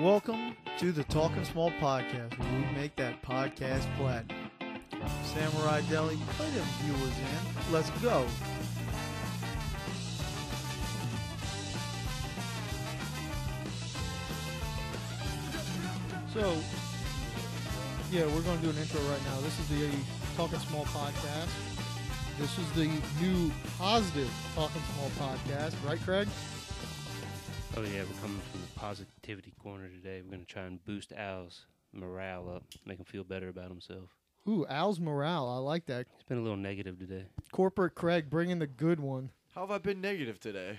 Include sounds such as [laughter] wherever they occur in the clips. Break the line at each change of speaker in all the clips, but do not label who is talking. Welcome to the Talking Small podcast, where we make that podcast platinum. Samurai Deli, play them viewers in. Let's go.
So, yeah, we're going to do an intro right now. This is the Talking Small podcast. This is the new positive Talking Small podcast, right, Craig?
Oh yeah, we're coming from the positivity corner today. We're gonna try and boost Al's morale up, make him feel better about himself.
Ooh, Al's morale. I like that.
He's been a little negative today.
Corporate Craig bringing the good one.
How have I been negative today?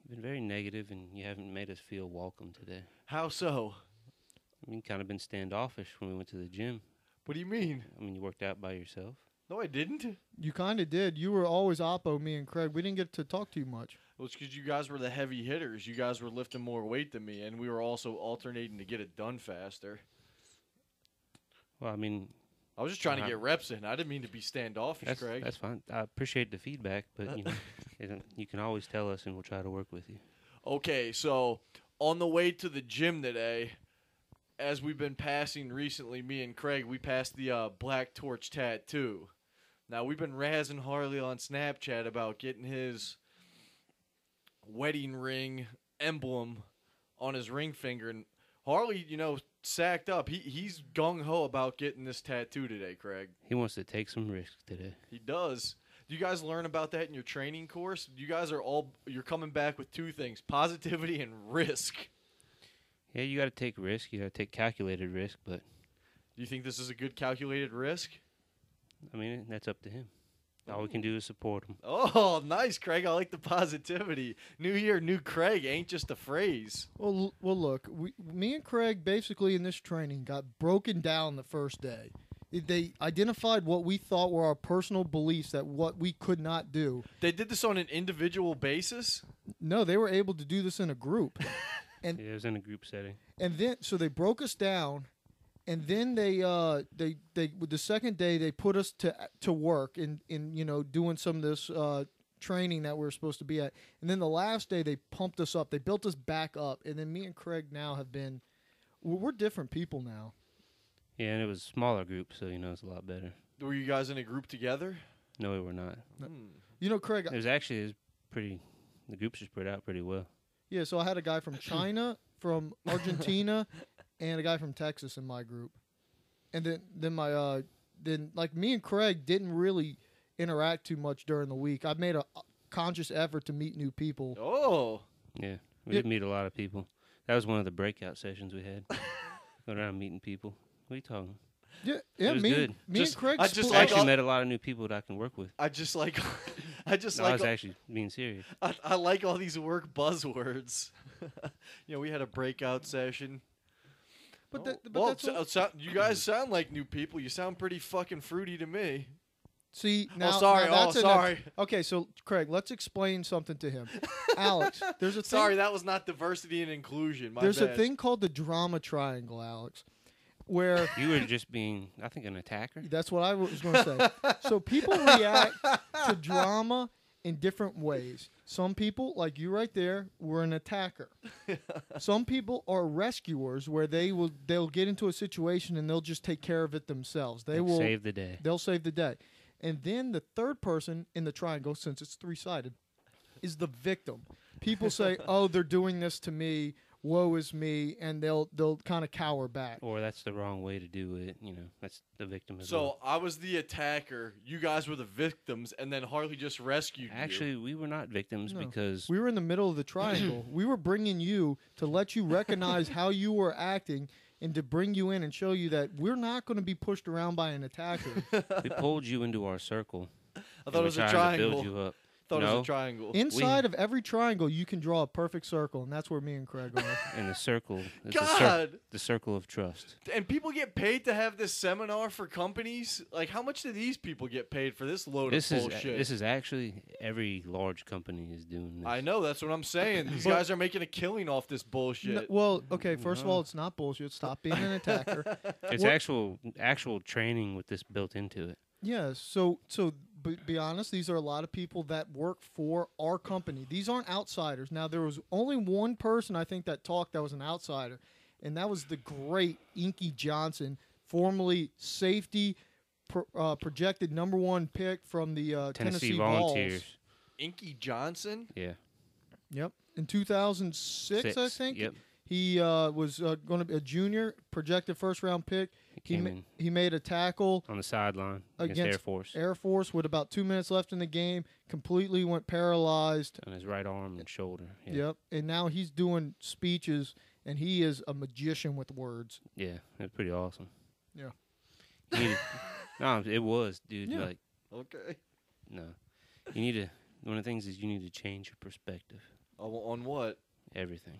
You've been very negative, and you haven't made us feel welcome today.
How so?
I mean, kind of been standoffish when we went to the gym.
What do you mean?
I mean, you worked out by yourself.
No, I didn't. It
You kind of did. You were always oppo me and Craig. We didn't get to talk to you much.
was because you guys were the heavy hitters. You guys were lifting more weight than me, and we were also alternating to get it done faster.
Well, I mean,
I was just trying to
Uh-huh.
get reps in. I didn't mean to be standoffish,
that's
Craig.
that's fine. I appreciate the feedback, but you know, it- you can always tell us, and we'll try to work with you.
Okay, so on the way to the gym today, as we've been passing recently, me and Craig, we passed the uh, Black Torch tattoo. Now we've been razzing Harley on Snapchat about getting his wedding ring emblem on his ring finger, and Harley, you know, sacked up. He he's gung ho about getting this tattoo today, Craig.
He wants to take some risks today.
He does. Do you guys learn about that in your training course? You guys are all you're coming back with two things: positivity and risk.
Yeah, you got to take risk. You got to take calculated risk, but
Do you think this is a good calculated risk?
I mean, that's up to him. All we can do is support him.
Oh, [laughs] nice, Craig. I like the positivity. New year, new Craig ain't just a phrase.
Well, l- well, look, we, me and Craig basically in this training got broken down the first day. They identified what we thought were our personal beliefs that what we could not do.
They did this on an individual basis.
No, they were able to do this in a group.
Yeah, it was in a group setting.
and then so they broke us down and then they uh they they with the second day they put us to to work in in you know doing some of this uh training that we were supposed to be at and then the last day they pumped us up they built us back up and then me and craig now have been we're, we're different people now
Yeah, and it was a smaller group, so you know it's a lot better.
Were you guys in a group together?
No, we were not.
Hmm.
you know craig
It was actually it was pretty. The groups were spread out pretty well.
yeah so i had a guy from china from argentina and a guy from texas in my group and then then my uh then like me and Craig didn't really interact too much during the week. I made a uh, conscious effort to meet new people.
Oh,
Yeah, we
Yeah.
did meet a lot of people. That was one of the breakout sessions we
[laughs]
had. Going around meeting people. What are you talking?
Yeah, yeah.
It was
Me,
good.
me
Just-
and Craig.
I just
split
I
like
up.
actually
all-
met a lot of new people that I can work with.
I just like, [laughs] I just
No, I
like,
was actually being serious.
I, I like all these work buzzwords. [laughs] you know, we had a breakout session.
But
Oh,
that- but
well,
that's
so-
what-
so- you guys sound like new people. You sound pretty fucking fruity to me.
see now.
oh, sorry.
now
oh,
that's an-
sorry.
okay, so Craig, let's explain something to
[laughs]
him. Alex, there's a thing,
Sorry, that was not diversity and inclusion. My
there's a
bad.
thing called the drama triangle, Alex, where
You were just being, I think, an attacker.
That's what I was going to say. so people react to drama in different ways. Some people, like you right there, were an attacker. Some people are rescuers, where they will they'll get into a situation and they'll just take care of it themselves. They
Like,
will
save the day.
they'll save the day. And then the third person in the triangle, since it's three sided, is the victim. People say, "Oh, they're doing this to me. Woe is me," and they'll they'll kind of cower back.
Or that's the wrong way to do it. You know, that's the victim as
So
well.
I was the attacker. You guys were the victims, and then Harley just rescued you.
Actually, we were not victims
No.
because
[laughs]
We were in the middle of the triangle. we were bringing you to let you recognize how you were acting and to bring you in and show you that we're not going to be pushed around by an attacker.
we pulled you into our circle.
I
and
thought
we're
it was a
trying to
triangle.
Build you up.
Thought it
No.
was a triangle.
Inside of every triangle, you can draw a perfect circle, and that's where me and Craig are.
And the circle is the, cir-
God,
the circle of trust.
and people get paid to have this seminar for companies. Like, how much do these people get paid for this load
This
of
is uh,
bullshit?
this is actually every large company is doing this.
I know that's what I'm saying. These
But-
guys are making a killing off this bullshit.
No, well, okay, first of
No.
all, it's not bullshit. Stop being an attacker.
It's
What-
actual actual training with this built into it.
Yeah, so so be, be honest, these are a lot of people that work for our company. These aren't outsiders. Now, there was only one person I think that talked that was an outsider, and that was the great Inky Johnson, formerly safety, pro, uh, projected number one pick from the uh,
Tennessee,
Tennessee,
Volunteers.
Vols.
Inky Johnson.
Yeah.
Yep. In 2006, I
Six,
think.
Yep.
He uh, was uh, going to be a junior, projected first round pick. He,
came
ma-
in.
he made a tackle.
On the sideline
Against
against, Air Force.
Air Force with about two minutes left in the game, completely went paralyzed.
on his right arm and shoulder. Yeah.
Yep. And now he's doing speeches, and he is a magician with words.
Yeah. It's pretty awesome.
Yeah.
You need
[laughs]
to- no, it was, dude.
Yeah.
Like,
Okay.
no. You need to, one of the things is you need to change your perspective.
Oh, on what?
Everything.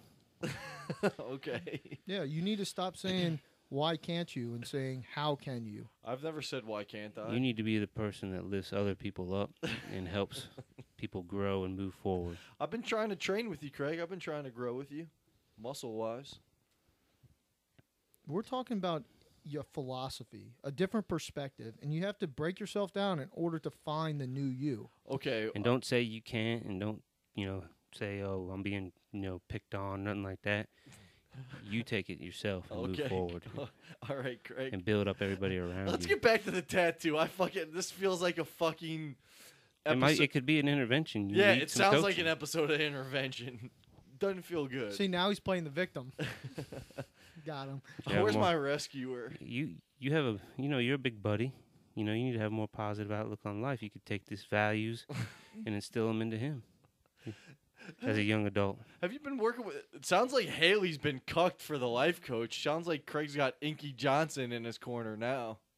okay.
Yeah. You need to stop saying, why can't you? and saying, how can you?
I've never said why can't I.
You need to be the person that lifts other people up and
[laughs]
helps people grow and move forward.
I've been trying to train with you, Craig. I've been trying to grow with you, muscle wise.
We're talking about your philosophy, a different perspective, and you have to break yourself down in order to find the new you.
Okay.
And don't say you can't, and don't you know say oh I'm being you know picked on, nothing like that. You take it yourself and
[laughs] okay.
move forward
All right, Craig.
and build up everybody around
Let's
you.
get back to the tattoo. I fucking this feels like a fucking
it might
episode.
it could be an intervention. You
yeah,
need
it
some
sounds like
coaching.
an episode of intervention. [laughs] Doesn't feel good.
See, now he's playing the victim. Got him.
Yeah,
Where's
more-
my rescuer?
You you have a you know you're a big buddy. You know you need to have more positive outlook on life. You could take these
[laughs]
values and instill them into him as a young adult.
Have you been working with? It sounds like Haley's been cucked for the life coach. Sounds like Craig's got Inky Johnson in his corner now. [laughs]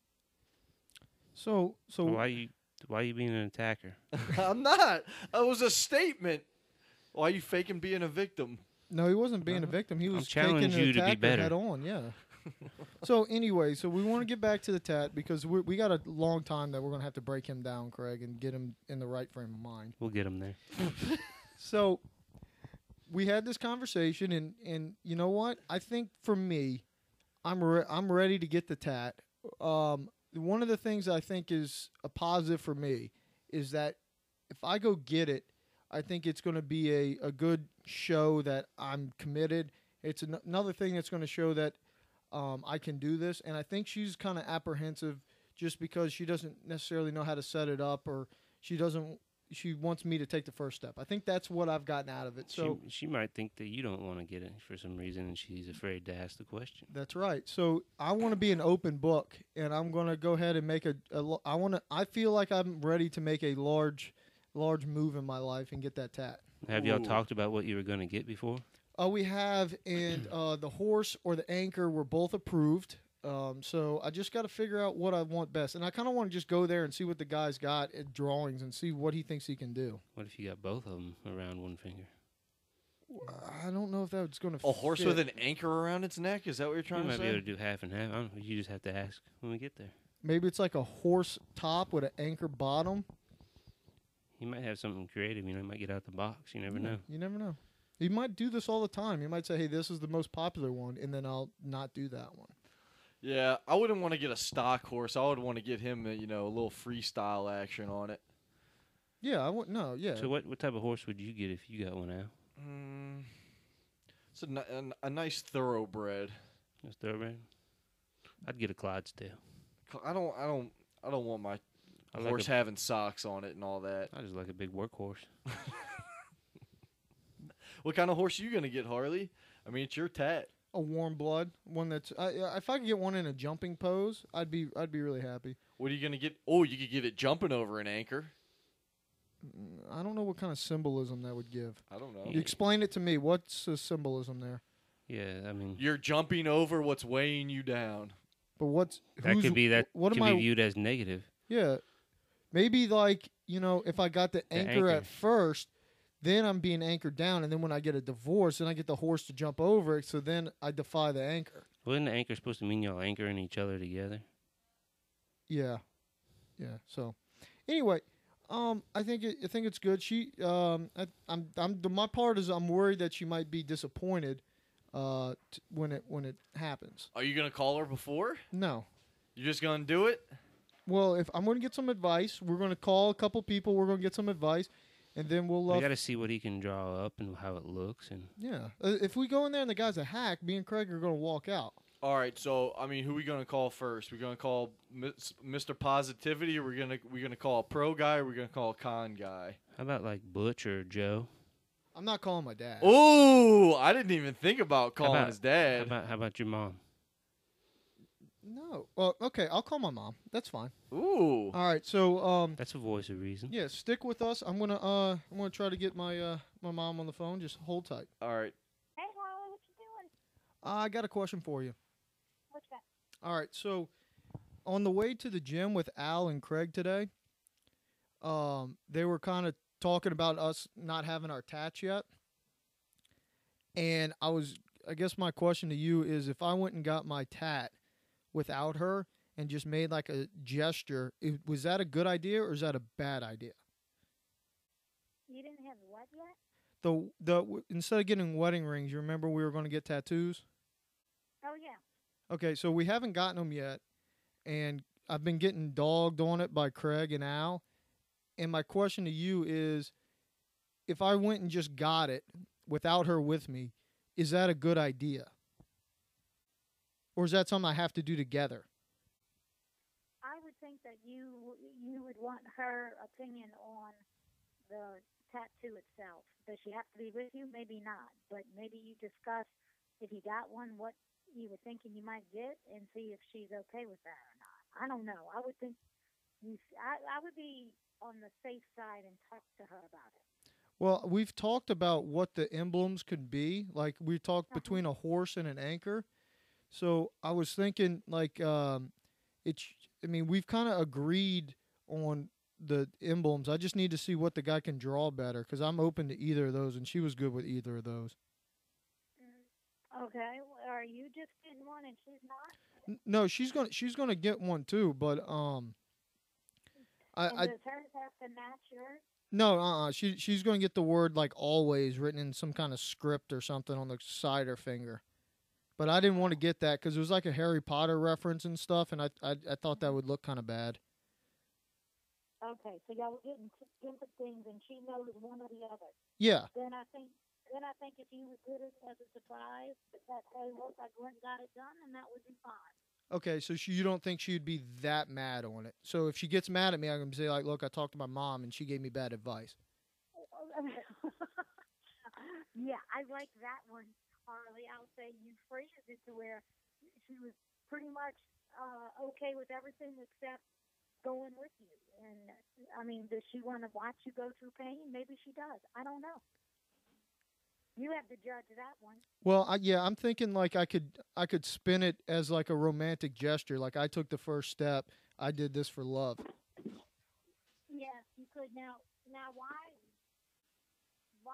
So, so
Why you why you being an attacker?
I'm not. That was a statement. Why you faking being a victim?
No, he wasn't being a
No.
victim. He was taking
Uh-huh. challenging
an
you to be
attacker
better.
head on. Yeah.
[laughs]
so anyway, so we want to get back to the tat because we we got a long time that we're gonna have to break him down, Craig, and get him in the right frame of mind.
We'll get him there.
So we had this conversation, and and you know what? I think for me, I'm re- I'm ready to get the tat. Um, one of the things I think is a positive for me is that if I go get it, I think it's going to be a, a good show that I'm committed. It's an- another thing that's going to show that um, I can do this. And I think she's kind of apprehensive just because she doesn't necessarily know how to set it up or she doesn't. She wants me to take the first step. I think that's what I've gotten out of it. So
she, she might think that you don't want to get it for some reason, and she's afraid to ask the question.
That's right. So I want to be an open book, and I'm going to go ahead and make a. a l- I want to. I feel like I'm ready to make a large, large move in my life and get that tat.
Have y'all
Ooh.
talked about what you were going to get before?
Uh, we have
[clears throat]
and uh, the horse or the anchor were both approved. Um, so I just got to figure out what I want best, and I kind of want to just go there and see what the guy's got at drawings and see what he thinks he can do.
What if you got both of them around one finger?
I don't know if that's going to
A horse with an anchor around its neck? Is that what you're
You
trying
might
to
be
say?
able to do half and half. I don't know. You just have to ask when we get there.
Maybe it's like a horse top with an anchor bottom.
He might have something creative. You know, he might get out the box. You never
Yeah,
know.
You never know. You might do this all the time. You might say, "Hey, this is the most popular one," and then I'll not do that one.
yeah, I wouldn't want to get a stock horse. I would want to get him, uh, you know, a little freestyle action on it.
Yeah, I won't. No, yeah.
So, what what type of horse would you get if you got one out?
Mm, it's a, ni- an- a nice thoroughbred.
Just thoroughbred. I'd get a Clydesdale.
C- I don't, I don't, I don't want my
I like
horse
a-
having socks on it and all that.
I just like a big workhorse.
What kind of horse you gonna get, Harley? I mean, it's your tat.
a warm blood one that's. I, I- if I could get one in a jumping pose, I'd be. I'd be really happy.
What are you gonna get? Oh, you could get it jumping over an anchor.
Mm, I don't know what kind of symbolism that would give.
I don't know.
You explain it to me. What's the symbolism there?
Yeah, I mean,
You're jumping over what's weighing you down.
But what's
that
who's-
could be that
wh- What
could
am
be
I?
viewed as negative.
Yeah, maybe like you know, if I got the,
The
anchor,
anchor.
at first, then I'm being anchored down, and then when I get a divorce, then I get the horse to jump over it. So then I defy the anchor.
Wasn't the anchor supposed to mean y'all anchoring each other together?
Yeah, yeah. So anyway, um, I think it, I think it's good. She, um, I, I'm, I'm. The, my part is I'm worried that she might be disappointed, uh, t- when it when it happens.
Are you gonna call her before?
No,
You just gonna do it?
Well, if I'm going to get some advice, we're going to call a couple people. We're going to get some advice, and then we'll. Uh,
We got to see what he can draw up and how it looks. And
yeah, Uh, if we go in there and the guy's a hack, me and Craig are going to walk out.
All right, so I mean, who we gonna call first? We gonna call Mis- Mr. Positivity, or we gonna we gonna call a pro guy, or we gonna call a con guy?
how about like Butch or Joe?
I'm not calling my dad.
Oh, I didn't even think about
How
calling
about-
his
How
dad.
about how about your mom?
No. Well, okay, I'll call my mom. That's fine.
Ooh,
All right. So, um,
That's a voice of reason.
yeah, stick with us. I'm gonna, uh, I'm gonna try to get my, uh, my mom on the phone. Just hold tight.
all right.
Hey, Harlow, what you doing?
I got a question for you.
What's that?
All right. So, on the way to the gym with Al and Craig today, um, they were kind of talking about us not having our tats yet. And I was, I guess my question to you is if I went and got my tat without her and just made like a gesture, it, was that a good idea or is that a bad idea?
You didn't have what yet?
The, the w- instead of getting wedding rings, you remember we were going to get tattoos?
Oh, yeah.
Okay, so we haven't gotten them yet, and I've been getting dogged on it by Craig and Al. And my question to you is, if I went and just got it without her with me, is that a good idea? Or is that something I have to do together?
I would think that you you would want her opinion on the tattoo itself. Does she have to be with you? Maybe not, but maybe you discuss if you got one, what you were thinking you might get, and see if she's okay with that or not. I don't know. I would think you. s- I, I would be on the safe side and talk to her about it.
Well, we've talked about what the emblems could be. Like we talked
Uh-huh.
between a horse and an anchor. So I was thinking, like, um, it's. I mean, we've kind of agreed on the emblems. I just need to see what the guy can draw better because I'm open to either of those, and she was good with either of those.
Okay, or you just didn't want and she's not.
N- No, she's gonna she's gonna get one too, but um, I,
And
I
does hers have to match yours?
No, uh, uh she she's going to get the word like always written in some kind of script or something on the side of her finger. But I didn't want to get that because it was like a Harry Potter reference and stuff, and I I, I thought that would look kind of bad.
Okay, so y'all were getting t- different things, and she knows one or the other.
Yeah,
Then I think, then I think if you would get it as a surprise, but that hey, look, I went and got it done, and that would be fine. [laughs]
okay. So she, you don't think she'd be that mad on it? So if she gets mad at me, I'm gonna say like, look, I talked to my mom and she gave me bad advice.
yeah, I like that one, Harley. I'll say you phrased it to where she was pretty much uh, okay with everything except going with you. And I mean, does she want to watch you go through pain? Maybe she does. I don't know. You have to judge that one.
Well, I, yeah, I'm thinking like I could I could spin it as like a romantic gesture, like I took the first step, I did this for love.
Yes, you could. Now, now, why, why,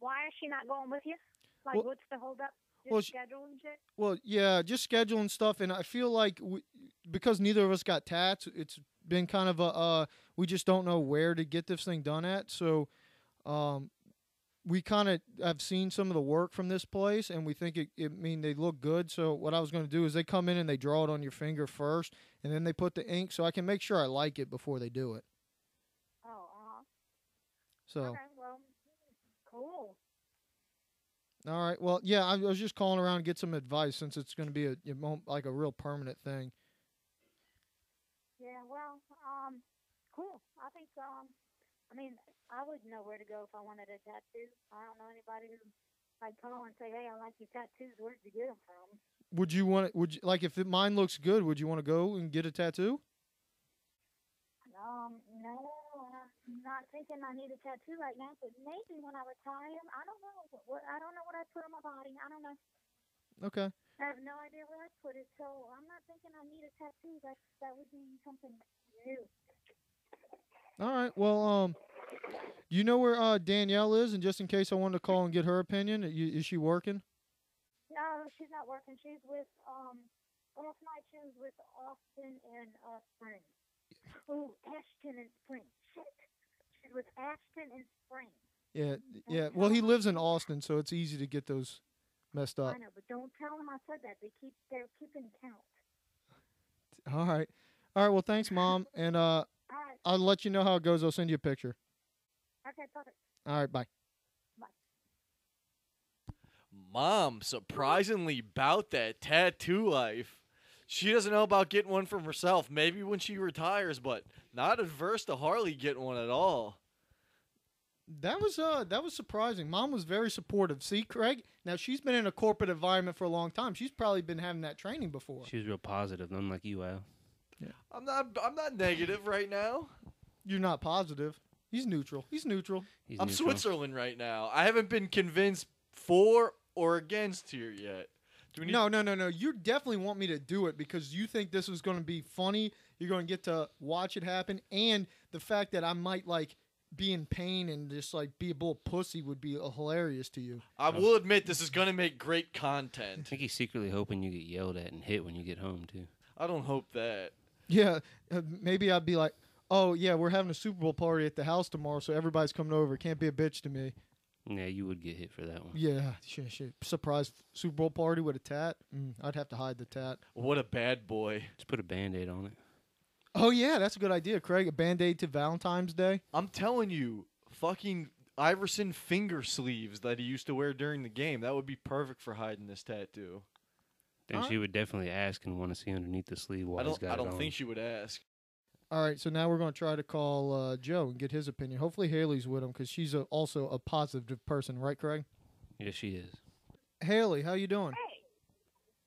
why is she not going with you? Like,
Well-
what's the holdup? Just
well, she-
schedule and shit.
Well, yeah, just scheduling stuff, and I feel like we, because neither of us got tats, it's been kind of a uh, we just don't know where to get this thing done at. So, um, we kind of have seen some of the work from this place, and we think it. it I mean, they look good. So what I was going to do is they come in and they draw it on your finger first, and then they put the ink, so I can make sure I like it before they do it.
Oh, uh-huh.
So.
okay. Well, cool.
All right. Well, yeah, I was just calling around to get some advice since it's going to be a it won't- like a real permanent thing.
Yeah. Well, um, cool. I think um, I mean, I wouldn't know where to go if I wanted a tattoo. I don't know anybody who I'd call and say, "Hey, I like your tattoos. Where'd you get them from?"
Would you want? to Would you, like if it- mine looks good? Would you want to go and get a tattoo?
Um, no, I'm not thinking I need a tattoo right now, but maybe when I retire, I don't know. what- What I don't know what I put on my body. I don't know.
Okay.
I have no idea where I put it, so I'm not thinking I need a tattoo. That that would be something new.
All right. Well, um, you know where uh, Danielle is, and just in case I wanted to call and get her opinion, i- is she working?
No, Oh, she's not working. She's with um last night she was with Austin and uh Spring. Oh, Ashton and Spring. Shit. She's with Ashton and Spring.
Yeah. Yeah. Well, he lives in Austin, so it's easy to get those messed up.
I know, but don't tell them I said that. They keep they're keeping count.
All right. All right. Well, thanks, mom, and uh,
All right.
I'll let you know how it goes. I'll send you a picture.
Okay, perfect.
All right. Bye.
Mom, surprisingly about that tattoo life. She doesn't know about getting one from herself. Maybe when she retires, but not adverse to Harley getting one at all.
That was uh that was surprising. Mom was very supportive. See, Craig. Now she's been in a corporate environment for a long time. She's probably been having that training before.
She was real positive, unlike you, Al.
I'm not. I'm not negative right now.
You're not positive. He's neutral. He's neutral.
He's
I'm
neutral.
Switzerland right now. I haven't been convinced for or against here yet. Do we need
No, no, no, no. You definitely want me to do it because you think this is going to be funny. You're going to get to watch it happen, and the fact that I might like be in pain and just like be a bull pussy would be uh, hilarious to you.
I will admit this is gonna make great
I
content. [laughs]
think he's secretly hoping you get yelled at and hit when you get home too.
I don't hope that.
Yeah, uh, maybe I'd be like, oh yeah, we're having a Super Bowl party at the house tomorrow, so everybody's coming over. Can't be a bitch to me.
Yeah, you would get hit for that one.
Yeah, shit, shit. Surprise Super Bowl party with a tat. Mm, I'd have to hide the tat.
What a bad boy.
Just put a band-aid on it.
Oh yeah, that's a good idea, Craig. A band aid to Valentine's Day.
I'm telling you, fucking Iverson finger sleeves that he used to wear during the game. That would be perfect for hiding this tattoo.
Then
Huh?
she would definitely ask and want to see underneath the sleeve why
I
he's
don't.
got
I
it
don't
on.
think she would ask.
All right, so now we're going to try to call uh, Joe and get his opinion. Hopefully, Haley's with him because she's a, also a positive person, right, Craig?
yeah, she is.
Haley, how you doing?
Hey.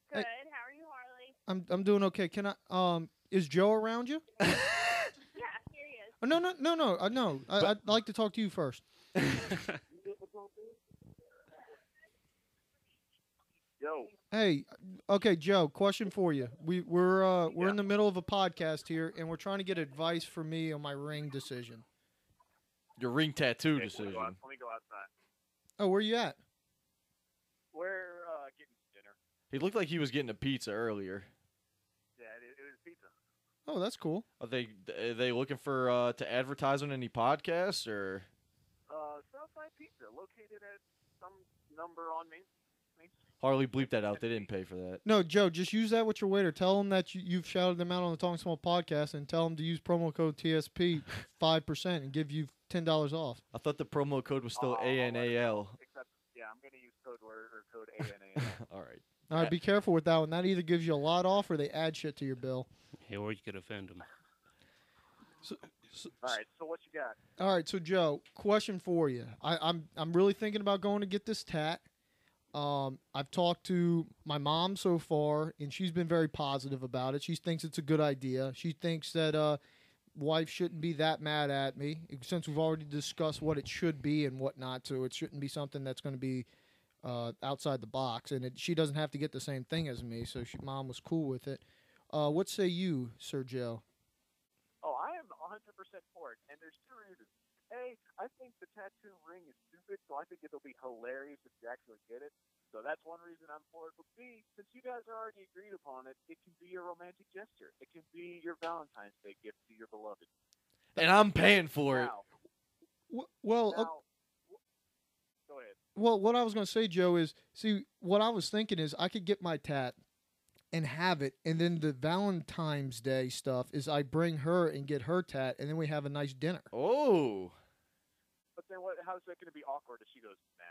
Hey.
Good. How are you, Harley?
I'm I'm doing okay. Can I? Um, is Joe around you?
Yeah, here he is.
Oh, no, no, no, no, uh, no. I, I'd like to talk to you first.
Yo,
Hey, okay, Joe. Question for you. We we're uh, we're in the middle of a podcast here, and we're trying to get advice for me on my ring decision.
Your ring tattoo
hey, let, me
decision.
go out, let me go outside.
Oh, where you at?
We're uh, getting dinner.
He looked like he was getting a pizza earlier.
Yeah, it, it was pizza.
Oh, that's cool.
Are they are they looking for uh, to advertise on any podcasts or?
Uh, Southside Pizza, located at some number on Main. Main Street.
Harley bleep that out. They didn't pay for that.
No, Joe, just use that with your waiter. Tell them that you, you've shouted them out on the Talking Small podcast and tell them to use promo code TSP 5% and give you $10 off.
I thought the promo code was still
Oh,
A N A L.
[laughs] Except, yeah, I'm gonna use code word or code ANA.
[laughs] All right.
All right, be careful with that one. That either gives you a lot off or they add shit to your bill.
Yeah, or you could offend him.
All right, so what you got?
All right, so Joe, question for you. I, I'm I'm really thinking about going to get this tat. Um, I've talked to my mom so far, and she's been very positive about it. She thinks it's a good idea. She thinks that uh, wife shouldn't be that mad at me since we've already discussed what it should be and what not to. It shouldn't be something that's going to be uh, outside the box, and it, she doesn't have to get the same thing as me. So she, mom was cool with it. Uh, what say you, Sir Joe?
Oh, I am 100% for it, and there's two reasons. A, I think the tattoo ring is stupid, so I think it'll be hilarious if you actually get it. So that's one reason I'm for it. But B, since you guys are already agreed upon it, it can be a romantic gesture. It can be your Valentine's Day gift to your beloved.
And I'm paying for it.
now,
W- well, uh, okay.
now, w- go ahead.
Well, what I was going to say, Joe, is see, what I was thinking is I could get my tat and have it, and then the Valentine's Day stuff is I bring her and get her tat, and then we have a nice dinner.
Oh.
But then, what? How is that going to be awkward if she goes, Nah?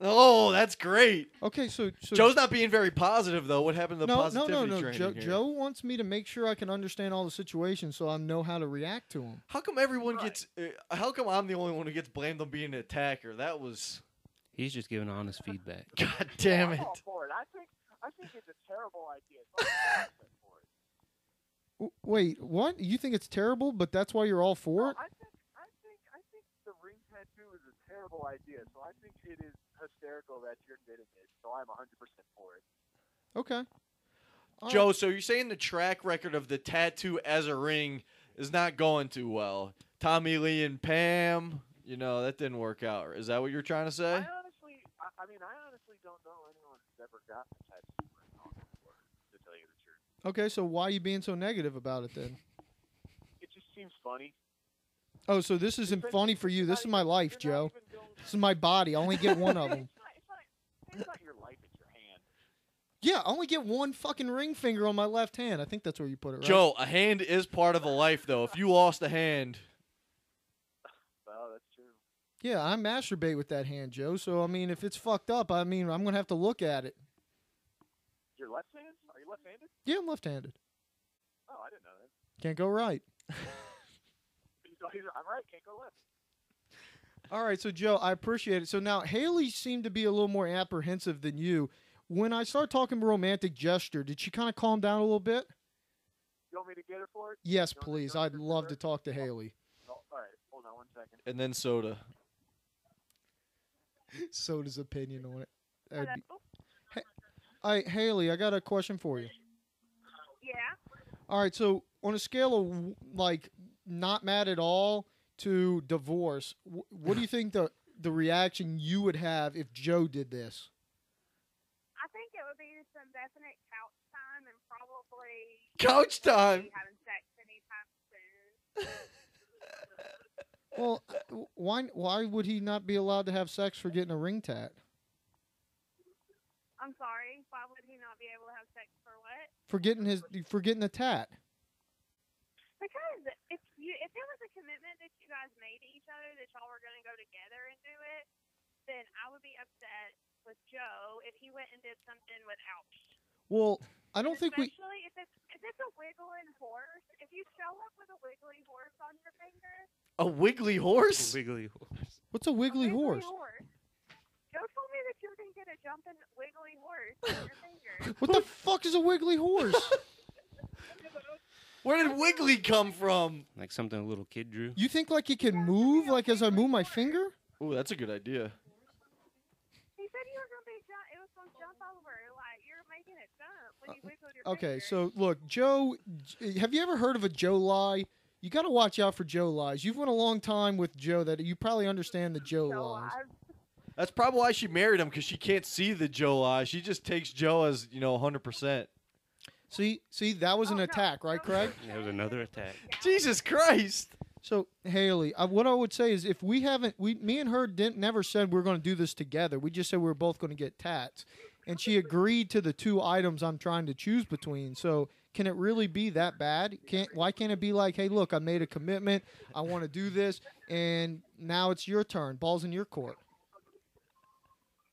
Oh, that's great.
Okay, so, so
Joe's not being very positive though. What happened to the
no, no,
positivity
no, no.
training
Joe,
here?
Joe wants me to make sure I can understand all the situations so I know how to react to them.
How come everyone
Right.
gets? Uh, how come I'm the only one who gets blamed on being an attacker? That was.
He's just giving honest
[laughs]
feedback.
God damn it.
I'm all for it. I think I think it's a terrible idea. So
[laughs]
I'm 100% for it.
W- wait, what? You think it's terrible, but that's why you're all for
No,
it?
I think I think I think the ring tattoo is a terrible idea. So I think it is hysterical that you're admitting it. So I'm 100% for it.
Okay. All
Joe,
right.
so you're saying the track record of the tattoo as a ring is not going too well. Tommy Lee and Pam, you know, that didn't work out. Is that what you're trying to say?
I honestly, I, I mean, I honestly don't know anyone who's ever gotten a tattoo ring on before. To tell you the truth,
Okay, so why are you being so negative about it then?
it just seems funny.
Oh, so this isn't funny for you.
You're
This
not
is my
even-
life, Joe.
you're not even going- [laughs]
This is my body. I only get one of them.
It's not, it's not, it's not your life; it's your hand.
Yeah, I only get one fucking ring finger on my left hand. I think that's where you put it, right?
Joe, a hand is part of a life, though. If you lost a hand,
Well, that's true.
Yeah, I masturbate with that hand, Joe. So I mean, if it's fucked up, I mean, I'm gonna have to look at it.
Your left hand? Are you left-handed?
Yeah, I'm left-handed.
Oh, I didn't know that. [laughs]
Can't go right.
He's like, I'm right. Can't go left.
All right, so Joe, I appreciate it. So now Haley seemed to be a little more apprehensive than you. When I start talking romantic gesture, did she kind of calm down a little bit?
You want me to get her for it?
Yes,
You want-
please.
you want
I'd
me
love
get
to
her?
talk to Haley.
Oh, all right. Hold on one second.
and then soda.
Soda's opinion on it. That'd be-
Hello?
All right, Haley, I got a question for you.
Oh, Yeah.
All right, so on a scale of w- like not mad at all to divorce, wh- what do you think the the reaction you would have if Joe did this?
I think it would be some definite couch time and probably
Couch
wouldn't
time.
be having sex anytime soon.
Well, w- why why would he not be allowed to have sex for getting a ring tat?
I'm sorry. Why would he not be able to have sex for what?
For getting his for getting a tat.
Because if you if there was a commitment that you guys made to each other that y'all were gonna go together and do it, then I would be upset with Joe if he went and did something without me.
Well, I don't think we
Especially if it's if it's a wiggling horse. If you show up with a wiggly horse on your finger,
A wiggly horse?
Wiggly horse.
What's a wiggly
a
horse?
Joe told me that you can get a jumping wiggly horse on your
[laughs]
finger.
What the fuck is a wiggly horse?
Where did wiggly come from?
Like something a little kid drew.
You think like it can move like as I move my finger?
Ooh, that's a good idea.
He said you were gonna be jump. It was gonna jump over. Like you're making it jump when you wiggled your
Uh, Okay,
finger.
so look, Joe, J- have you ever heard of a Joe lie? You got to watch out for Joe lies. You've went a long time with Joe that you probably understand the Joe lies.
I,
That's probably why she married him, because she can't see the Joe eye. She just takes Joe as, you know, 100%.
See, see, that was
Oh,
an
no.
attack, right, Craig?
There was another attack.
Jesus Christ.
So Haley, I, what I would say is if we haven't, we, me and her didn't never said we are going to do this together. We just said we were both going to get tats, and she agreed to the two items I'm trying to choose between. So can it really be that bad? Can't why can't it be like, hey, look, I made a commitment, I want to do this, and now it's your turn, balls in your court.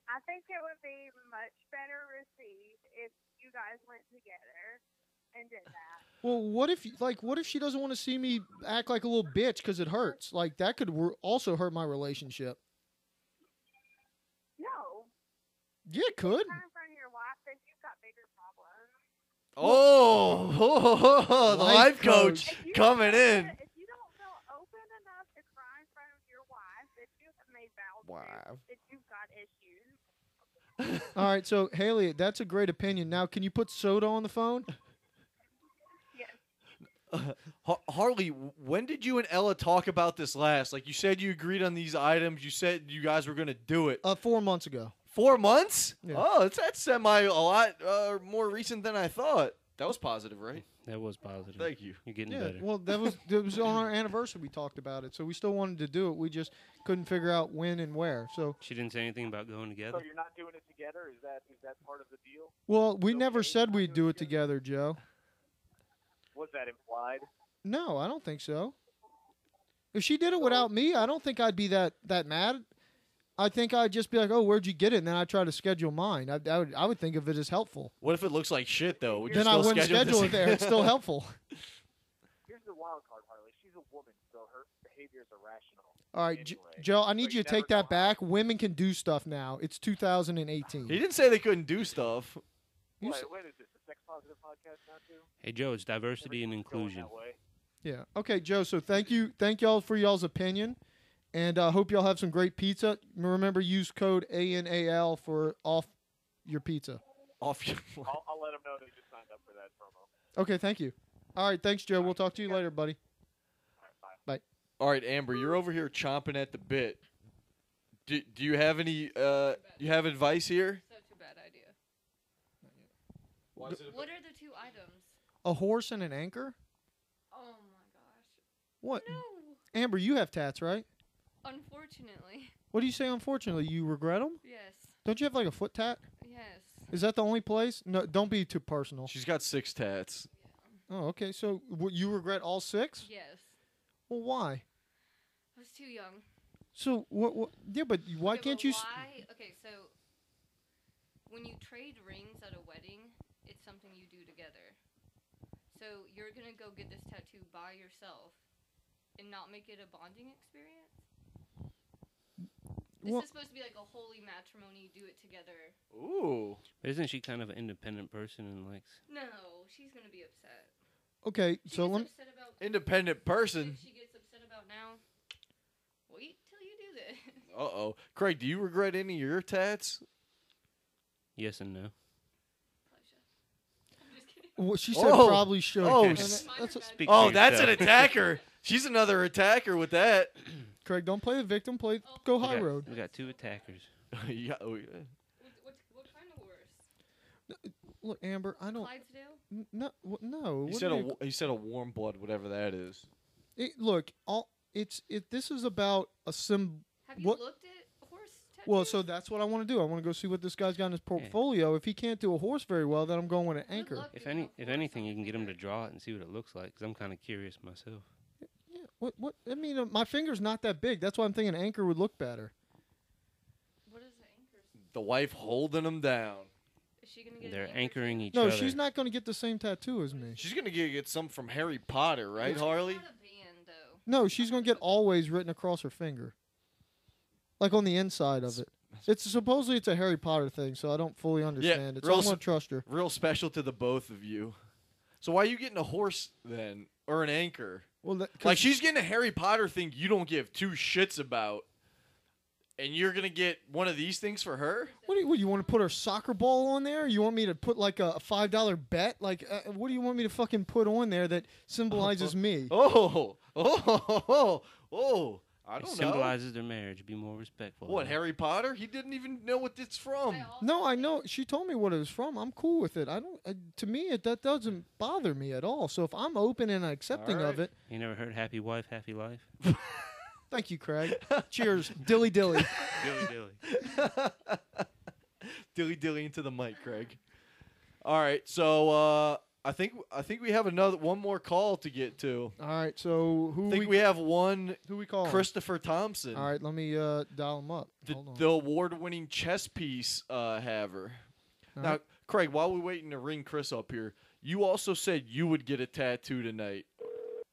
I think it would be much better received if you guys went together and did that.
Well, what if like what if she doesn't want to see me act like a little bitch because it hurts? Like that could wor- also hurt my relationship.
No,
Yeah, it could.
turn in front of your wife. Then you've got bigger problems.
Oh, [laughs] the
Life
life coach
If you
coming
don't
in.
feel- If you don't feel open enough to cry in front of your wife, if you have made vows,
Wow.
if you've got issues,
All right, so Haley, that's a great opinion. Now, can you put soda on the phone?
yes.
Har- Harley, when did you and Ella talk about this last? Like you said, you agreed on these items. You said you guys were gonna do it.
Uh, four months ago.
Four months?
Yeah.
Oh, that's, that's semi a lot uh, more recent than I thought. That was positive, right?
That was positive.
Thank you.
You're getting
yeah.
better.
Well, that was that was on our anniversary. We talked about it, so we still wanted to do it. We just couldn't figure out when and where. So,
She didn't say anything about going
So
together.
you're not doing it together? Is that is that part of the deal?
well, we
Okay,
never said
not
we'd do
doing
it
it
together, Joe.
Was that implied?
No, I don't think so. If she did it without me, I don't think I'd be that that mad. I think I'd just be like, "Oh, where'd you get it?" And then I try to schedule mine. I, I would I would think of it as helpful.
What if it looks like shit though? Would you
then I
still
wouldn't schedule
this?
it there. It's
[laughs]
[laughs]
still helpful.
Here's the wild card, Harley. She's a woman, so her behavior is irrational.
All right, J-
Anyway,
Joe, I
so
need
you
you to take
never know
that back. Women can do stuff now. It's 2018.
He didn't say they couldn't do stuff.
You
Wait,
s-
what is this? A sex positive podcast now too?
Hey, Joe, it's diversity and
Everything's going
inclusion.
that way.
yeah. Okay, Joe. So thank you, thank y'all for y'all's opinion, and uh, hope y'all have some great pizza. Remember, use code ANAL for off your pizza.
Off your [laughs]
I'll, I'll let them know they just signed up for that promo.
Okay, thank you. All right, thanks, Joe. We'll talk to you later, buddy.
All right, bye.
All right, Amber, you're over here chomping at the bit. Do, do you have any uh you have advice here?
Such a bad idea.
Why is it
What are the two items?
A horse and an anchor.
Oh my gosh.
What?
No.
Amber, you have tats, right?
Unfortunately.
What do you say? Unfortunately, you regret them.
Yes.
Don't you have like a foot tat?
Yes.
Is that the only place? No, don't be too personal.
She's got six tats.
Oh, okay. So w- you regret all six?
Yes.
Well, why?
I was too young.
So what? what yeah, but why
Okay,
can't
but
you? s-
Why? Okay, so when you trade rings at a wedding, it's something you do together. So you're gonna go get this tattoo by yourself, and not make it a bonding experience. This
Well-
is supposed to be like a holy matrimony. You do it together.
Ooh.
Isn't she kind of an independent person and likes?
No, she's gonna be upset.
okay,
She
so
gets
let me.
upset about
Independent person.
What she gets upset about now. Wait till you do this. [laughs]
Uh oh. Craig, do you regret any of your tats?
Yes and no.
Pleasure. I'm just kidding.
Well, she said
Oh.
probably should.
Oh,
And
s-
that- that's a-
Speak
Oh,
for
that's an
yourself.
[laughs] attacker. She's another attacker with that.
Craig, don't play the victim. Play
Oh.
go
We
high
got-
road.
We got two attackers.
[laughs] yeah, oh, yeah.
What, what, what kind of worse?
Look, Amber, I don't.
Clydesdale?
n- No, wh- no.
He
what
said
do
a
you-
wa- he said a warm blood, whatever that is.
it- look, all it's it. This is about a sim.
Have you
What-
looked at horse tattoos?
Well, so that's what I want to do. I want to go see what this guy's got in his portfolio. If he can't do a horse very well, then I'm going with an
Good
anchor.
luck
If
doing
any,
a
if
horse
anything,
on
you
a
can get them to
finger.
draw it and see what it looks like. Cause I'm kind of curious myself.
Yeah, what? What? I mean, uh, my finger's not that big. That's why I'm thinking anchor would look better.
What is the anchor?
The wife holding him down.
Is she gonna get?
They're
an anchor
anchoring
too?
each
no,
other.
she's not going to get the same tattoo as me.
She's gonna get, get some from Harry Potter, right,
It's
Harley?
Not a band, though.
No, she's going to get always written across her finger, like on the inside of it. It's supposedly it's a Harry Potter thing, so I don't fully understand it. So
real
I'm
s-
going to trust her.
Real special to the both of you. So why are you getting a horse then, or an anchor?
Well, that, 'cause-
Like she's getting a Harry Potter thing you don't give two shits about, and you're gonna get one of these things for her.
What do you, what, you want to put her soccer ball on there? You want me to put like a a five dollar bet? Like, uh, what do you want me to fucking put on there that
[laughs]
symbolizes me?
Oh, [laughs] oh, oh, oh, oh. I
It
don't know.
symbolizes their marriage. Be more respectful.
What
huh?
Harry Potter? He didn't even know what it's from.
I
Um,
also [laughs]
No, I
think-
know. She told me what it was from. I'm cool with it. I don't. Uh, to me, it that doesn't bother me at all. So if I'm open and accepting of
right.
it,
You never heard "Happy Wife, Happy Life"?
thank you,
[laughs]
Craig. Cheers, dilly dilly.
dilly dilly.
[laughs] dilly dilly into the mic, Craig. All right, so uh, I think I think we have another one more call to get to.
All right. So who
I think
we,
we, have one
who we calling?
Christopher Thompson,
All right. Let me uh, dial him up.
the,
Hold on.
the award-winning chess piece uh, haver.
All
Now,
right.
Craig, while we're waiting to ring Chris up here, you also said you would get a tattoo tonight,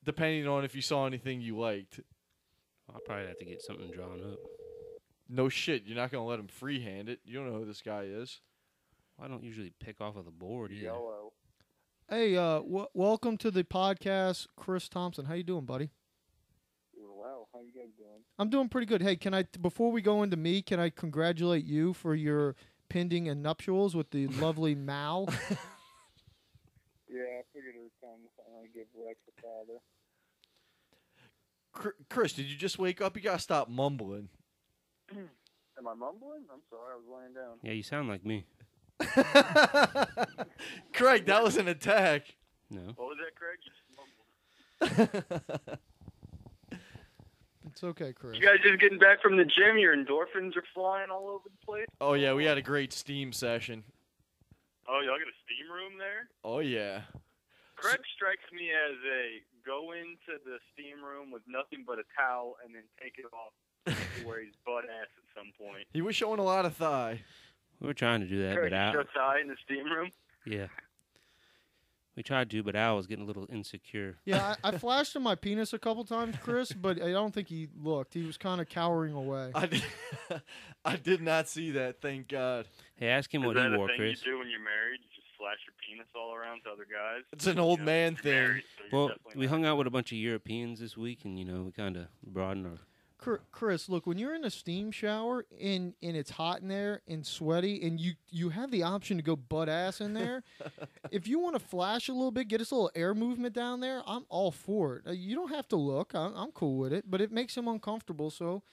depending on if you saw anything you liked.
I'll probably have to get something drawn up.
No shit, you're not gonna let him freehand it. You don't know who this guy is.
I don't usually pick off of the board either.
Yellow.
hey, uh, w- welcome to the podcast, Chris Thompson. How you doing, buddy?
Doing well. How you guys doing?
I'm doing pretty good. Hey, can I before we go into me, can I congratulate you for your pending and nuptials with the lovely
[laughs]
Mal?
Yeah, I figured it was time to finally give Lex a father.
Cr- Chris, did you just wake up? You gotta stop mumbling.
Am I mumbling? I'm sorry, I was laying down.
Yeah, you sound like me.
[laughs] Craig, that was an attack.
No.
What was that, Craig? You just mumbled.
It's okay, Chris.
You guys just getting back from the gym. Your endorphins are flying all over the place.
oh yeah, we had a great steam session.
Oh, y'all got a steam room there?
Oh yeah.
Craig strikes me as a go into the steam room with nothing but a towel and then take it off to where he's butt ass at some
[laughs]
point.
He was showing a lot of thigh.
We were trying to do that,
Craig
but I.
just eye in the steam room.
Yeah. We tried to, but I was getting a little insecure.
Yeah, I, I flashed him my penis a couple times, Chris, but I don't think he looked. He was kind of cowering away.
I did, [laughs] I did not see that, thank God.
Hey, ask him what
Is that
he
a
wore,
thing
Chris.
you do when you're married? You just flash your penis all around to other guys?
It's an old
You know,
man
you're
thing.
married, so you're
Well,
definitely
we
not-
hung out with a bunch of Europeans this week, and you know, we kind of broadened our.
Cr- Chris, look, when you're in a steam shower and and it's hot in there and sweaty, and you you have the option to go butt ass in there. if you want to flash a little bit, get us a little air movement down there. I'm all for it. Uh, You don't have to look. I'm, I'm cool with it, but it makes him uncomfortable. So,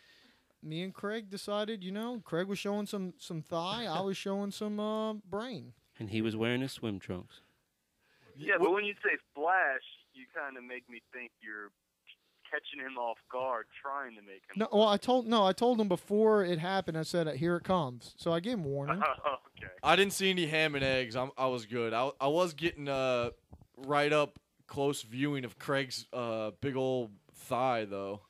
me and Craig decided, you know, Craig was showing some some thigh, I was showing some uh, brain.
And he was wearing his swim trunks.
[laughs]
Yeah, but when you say flash, you kind of make me think you're
catching him off guard, trying to make him.
[laughs]
No, well, I told no, I told him before it happened. I said, "Here it comes." So I gave him warning.
Uh-huh.
Oh,
okay.
I didn't see any ham and eggs. I'm, I was good. I, I was getting uh right up close viewing of Craig's uh big old thigh though.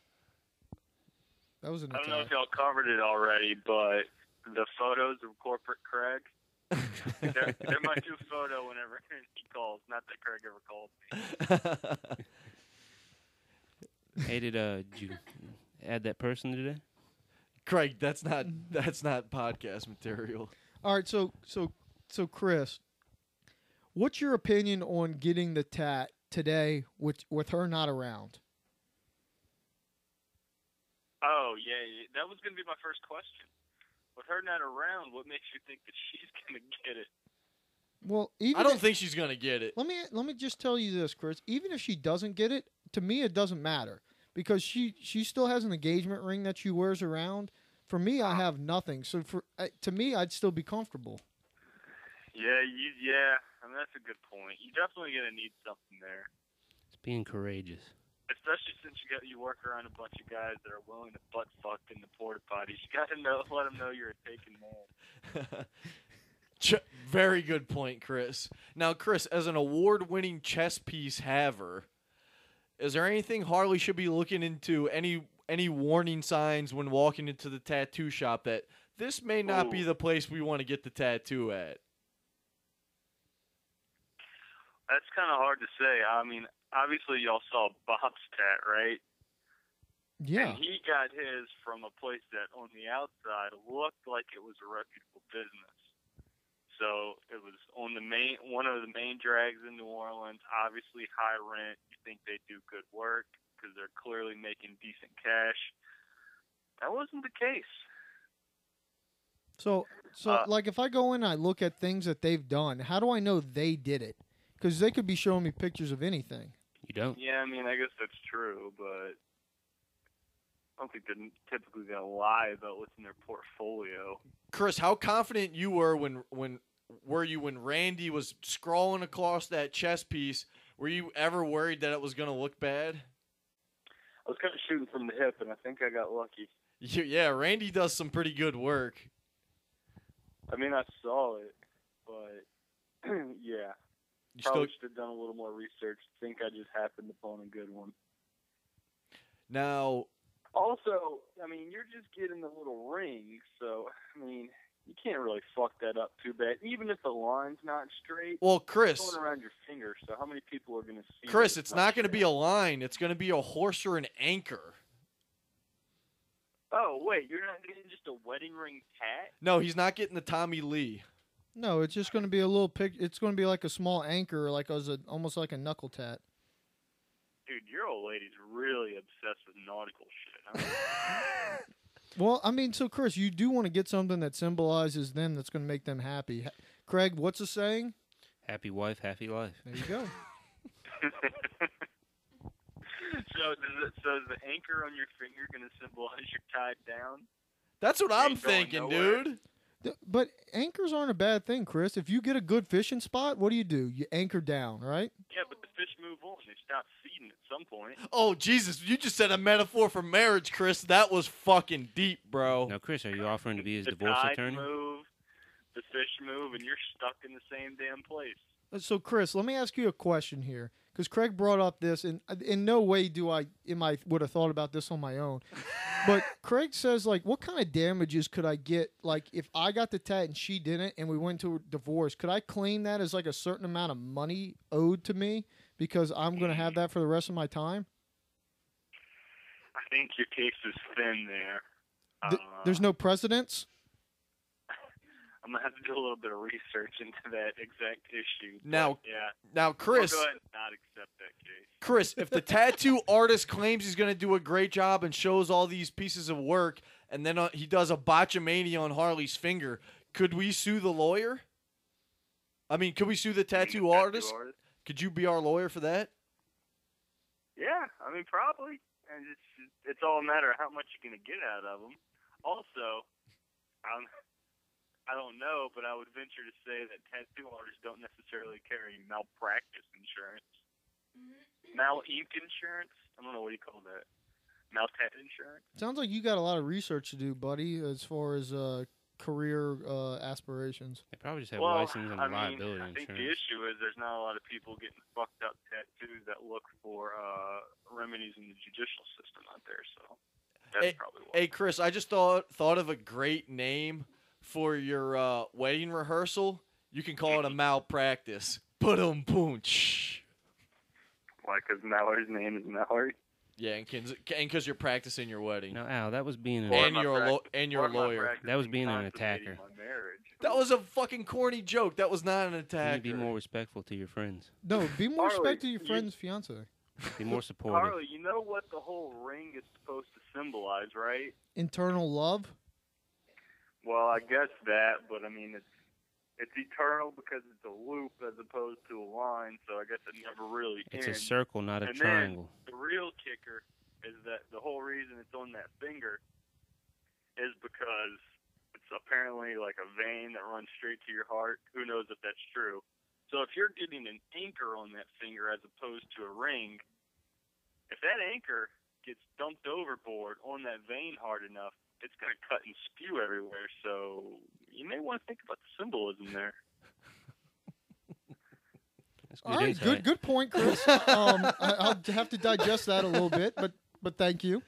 That was an
I don't know
attack.
if y'all covered it already, but the photos of corporate [laughs] Craig. They're, they're my new photo whenever [laughs] he calls. Not that Craig ever calls me.
Hey, did uh, did you add that person today?
Craig, that's not
Mm-hmm.
that's not podcast material.
All right, so so so Chris, what's your opinion on getting the tat today with with her not around?
Oh yeah, yeah, that was gonna be my first question. With her not around, what makes you think that she's [laughs] gonna get it?
Well, even
I don't
if-
think she's gonna get it.
Let me let me just tell you this, Chris. Even if she doesn't get it, to me it doesn't matter because she she still has an engagement ring that she wears around. For me,
Uh-huh.
I have nothing. So for I- to me, I'd still be comfortable.
Yeah, you yeah. I mean that's a good point. You're definitely gonna need something there,
It's being courageous.
especially since you got you work around a bunch of guys that are willing to butt fuck in the porta potties. You gotta know, let them know you're a taken man.
[laughs] Ch- very good point, Chris. Now, Chris, as an award-winning chess piece haver, is there anything Harley should be looking into? Any any warning signs when walking into the tattoo shop that this may not be
Ooh.
the place we want to get the tattoo at?
That's kind of hard to say. I mean, obviously y'all saw Bob's stat, right?
Yeah.
And he got his from a place that on the outside looked like it was a reputable business. So it was on the main one of the main drags in New Orleans, obviously high rent. You think they do good work because they're clearly making decent cash. That wasn't the case.
So so
Uh,
like if I go in, and I look at things that they've done. How do I know they did it? Because they could be showing me pictures of anything.
You don't.
Yeah, I mean, I guess that's true, but I don't think they're typically going to lie about what's in their portfolio.
Chris, how confident you were when when were you when Randy was scrawling across that chess piece? Were you ever worried that it was gonna look bad? [laughs]
I was kind of shooting from the hip, and I think I got lucky.
Y- Yeah, Randy does some pretty good work.
I mean, I saw it, but [clears throat] yeah,
You still
probably should have done a little more research. I think I just happened upon a good one.
now
Also, I mean, you're just getting the little ring, so I mean, you can't really fuck that up too bad. Even if the line's not straight,
well,
it's
Chris.
going around your finger. So how many people are going to see?
Chris,
that
it's not going to be
straight?
a line. It's going to be a horse or an anchor.
Oh wait, you're not getting just a wedding ring tat.
No, he's not getting the Tommy Lee.
No, it's just going to be a little pic. It's going to be like a small anchor, like as a almost like a knuckle tat.
Dude, your old lady's really obsessed with nautical shit. Huh?
Well, I mean, so Chris, you do want to get something that symbolizes them, that's going to make them happy. Ha- Craig, what's the saying?
Happy wife, happy life.
There you go. [laughs]
so, does it, so is the anchor on your finger going to symbolize you're tied down?
That's what
He
I'm
ain't
thinking,
going nowhere.
dude.
Th- but anchors aren't a bad thing, Chris. If you get a good fishing spot, what do you do? You anchor down, right?
Yeah, but the fish move on. They stop feeding at some point.
Oh, Jesus. You just said a metaphor for marriage, Chris. That was fucking deep, bro.
Now, Chris, are you offering to be his
the
divorce
tide
attorney?
move, the fish move, and you're stuck in the same damn place.
Uh, So, Chris, let me ask you a question here, because Craig brought up this, and uh, in no way do I, in I would have thought about this on my
[laughs]
own. But Craig says, like, what kind of damages could I get? Like, if I got the tat and she didn't, and we went to a divorce, could I claim that as like a certain amount of money owed to me because I'm going to have that for the rest of my time?
I think your case is thin there. Uh,
Th- there's no precedence.
I'm gonna have to do a little bit of research into that exact issue. but
Now,
yeah,
Now, Chris,
[laughs] I'll go ahead and not accept that case.
Chris, if the tattoo artist claims he's going to do a great job and shows all these pieces of work, and then uh, he does a botchamania on Harley's finger, could we sue the lawyer? I mean, could we sue the
Being
tattoo
a
artist? Could you be our lawyer for that?
Yeah, I mean probably, and it's it's all a matter of how much you're gonna get out of them. Also, I'm, I don't know, but I would venture to say that tattoo artists don't necessarily carry malpractice insurance, mal ink insurance. I don't know what do you call that. Mouth tat insurance.
Sounds like you got a lot of research to do, buddy, as far as uh, career uh, aspirations.
They probably just have
well,
license and
I
liability
mean, I think the
insurance.
issue is there's not a lot of people getting fucked up tattoos that look for uh, remedies in the judicial system out there. So that's
Hey-
probably why.
Hey Chris, I just thought thought of a great name for your uh, wedding rehearsal. You can call it a malpractice. Boom, boom, shh.
Why? Because Mallory's name is Mallory.
Yeah, and because and you you're practicing your wedding,
No, Al, that was being uh, an
Or
and
my
you're a lo-
prac-
and you're a
Why am I
lawyer.
practicing
That was being an
consummating
attacker.
My marriage.
That was a fucking corny joke. That was not an
You need
attack.
to be more respectful to your friends.
No, be more
Harley,
respect to your
you-
friend's fiance.
Be
[laughs]
more supportive.
Carly, you know what the whole ring is supposed to symbolize, right?
Internal love.
Well, I guess that, but I mean, it's it's eternal because it's a loop as opposed to a line, so I guess it never really
It's a
ends.
circle, not a
And then-
triangle.
the real kicker is that the whole reason it's on that finger is because it's apparently like a vein that runs straight to your heart. Who knows if that's true? So if you're getting an anchor on that finger as opposed to a ring, if that anchor gets dumped overboard on that vein hard enough, it's going to cut and spew everywhere. So you may want to think about the symbolism there.
That's good
All right,
insight.
good, good point, Chris. um, I, I'll have to digest that a little bit, but but thank you.